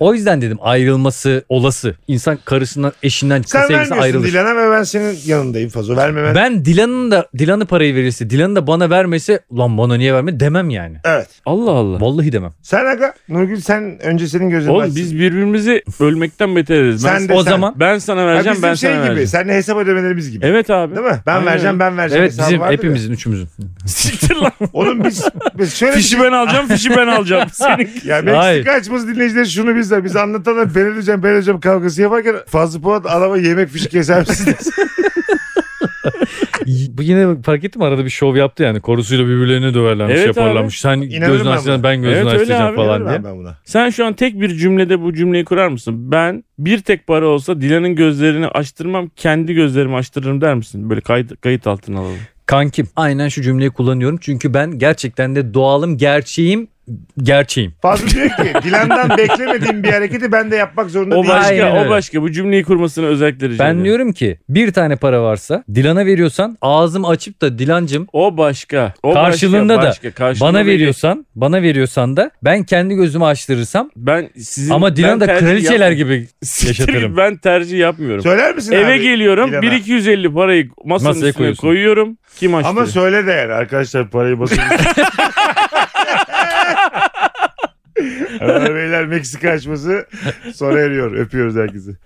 Speaker 2: O yüzden dedim ayrılması olası. İnsan karısından, eşinden,
Speaker 1: Sen
Speaker 2: sevgisinden
Speaker 1: vermiyorsun
Speaker 2: ayrılır.
Speaker 1: Dilan'a ve ben senin yanındayım Fazo. Vermemen.
Speaker 2: Ben Dilan'ın da Dilan'ı parayı verirse, Dilan'ı da bana vermese ulan bana niye verme demem yani.
Speaker 1: Evet.
Speaker 3: Allah Allah.
Speaker 2: Vallahi demem.
Speaker 1: Sen Aga, Nurgül sen önce senin gözün
Speaker 3: Oğlum biz birbirimizi bölmekten beteririz. Ben,
Speaker 1: Sen de
Speaker 2: o
Speaker 1: sen.
Speaker 2: zaman
Speaker 3: ben sana
Speaker 1: Ha,
Speaker 3: vereceğim
Speaker 1: bizim
Speaker 3: ben
Speaker 1: şey
Speaker 3: sana
Speaker 1: gibi.
Speaker 3: vereceğim.
Speaker 1: Seninle hesap ödemelerimiz gibi.
Speaker 3: Evet abi.
Speaker 1: Değil mi? Ben
Speaker 3: Aynen.
Speaker 1: vereceğim ben vereceğim.
Speaker 2: evet
Speaker 1: hesabı
Speaker 2: bizim
Speaker 1: vardır ya.
Speaker 2: hepimizin üçümüzün.
Speaker 3: Siktir lan.
Speaker 1: Oğlum biz, biz şöyle bir
Speaker 3: Fişi ben alacağım, fişi ben alacağım. Senin
Speaker 1: Ya
Speaker 2: Hayır.
Speaker 1: Meksika açması dinleyicileri şunu bizler. Biz anlatanlar ben öleceğim ben öleceğim kavgası yaparken Fazlı Polat adama yemek fişi keser misin?
Speaker 2: Bu yine bak, fark ettim arada bir şov yaptı yani korusuyla birbirlerini döverlermiş
Speaker 3: Evet
Speaker 2: yaparlarmış. Sen
Speaker 1: İnanırım
Speaker 2: gözünü
Speaker 1: ben
Speaker 2: açacaksın ben gözünü
Speaker 3: Evet, öyle
Speaker 2: açacağım
Speaker 3: abi,
Speaker 2: falan diye.
Speaker 1: ben ben buna.
Speaker 3: Sen şu an tek bir cümlede bu cümleyi kurar mısın? Ben bir tek para olsa Dilan'ın gözlerini açtırmam, kendi gözlerimi açtırırım der misin? Böyle kayıt, kayıt altına alalım.
Speaker 2: Kankim aynen şu cümleyi kullanıyorum çünkü ben gerçekten de doğalım gerçeğim gerçeğim.
Speaker 1: Fazlı diyor ki Dilan'dan beklemediğim bir hareketi ben de yapmak zorunda
Speaker 3: O
Speaker 1: değilim.
Speaker 3: başka,
Speaker 2: Aynen öyle.
Speaker 3: o başka. Bu cümleyi kurmasını özellikle rica
Speaker 2: Ben
Speaker 3: ediyorum.
Speaker 2: diyorum ki bir tane para varsa Dilan'a veriyorsan ağzımı açıp da Dilancım
Speaker 3: O başka. O
Speaker 2: Karşılığında
Speaker 3: başka,
Speaker 2: da
Speaker 3: başka. Karşılığında
Speaker 2: bana
Speaker 3: da-
Speaker 2: veriyorsan bana veriyorsan da ben kendi gözümü açtırırsam
Speaker 3: Ben sizin
Speaker 2: ama Dilan
Speaker 3: ben
Speaker 2: da
Speaker 3: tercih
Speaker 2: kraliçeler
Speaker 3: yapmıyorum.
Speaker 2: gibi
Speaker 3: Siktir git,
Speaker 2: yaşatırım.
Speaker 3: Ben tercih yapmıyorum.
Speaker 1: Söyler misin
Speaker 3: Eve
Speaker 1: abi?
Speaker 3: geliyorum.
Speaker 1: Dilan'a?
Speaker 3: 1250 parayı masanın
Speaker 2: Masaya
Speaker 3: üstüne
Speaker 2: koyuyorsun.
Speaker 3: koyuyorum. Kim açtı?
Speaker 1: Ama söyle de yani arkadaşlar parayı basın. Hanımlar, Beyler Meksika açması sonra eriyor. Öpüyoruz herkesi.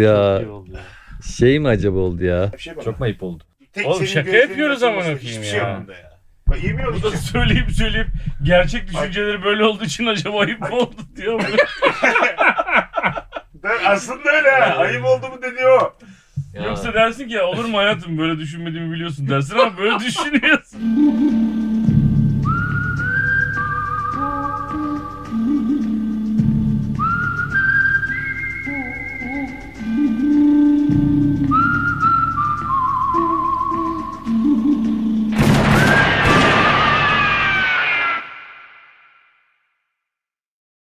Speaker 2: Ya şey mi acaba oldu ya?
Speaker 1: şey
Speaker 2: Çok mu ayıp oldu?
Speaker 1: Tek
Speaker 3: Oğlum
Speaker 1: senin
Speaker 3: şaka
Speaker 1: gözlerinin
Speaker 3: yapıyoruz amına
Speaker 1: açılması
Speaker 3: koyayım
Speaker 1: hiçbir şey
Speaker 3: ya.
Speaker 1: yok bunda ya. Bak yemiyoruz
Speaker 3: Bu da söyleyip söyleyip gerçek düşünceleri böyle olduğu için acaba ayıp mı oldu diyor.
Speaker 1: Ben aslında öyle ha. Ayıp oldu mu dedi o.
Speaker 3: Yoksa dersin ki ya olur mu hayatım böyle düşünmediğimi biliyorsun dersin ama böyle düşünüyorsun.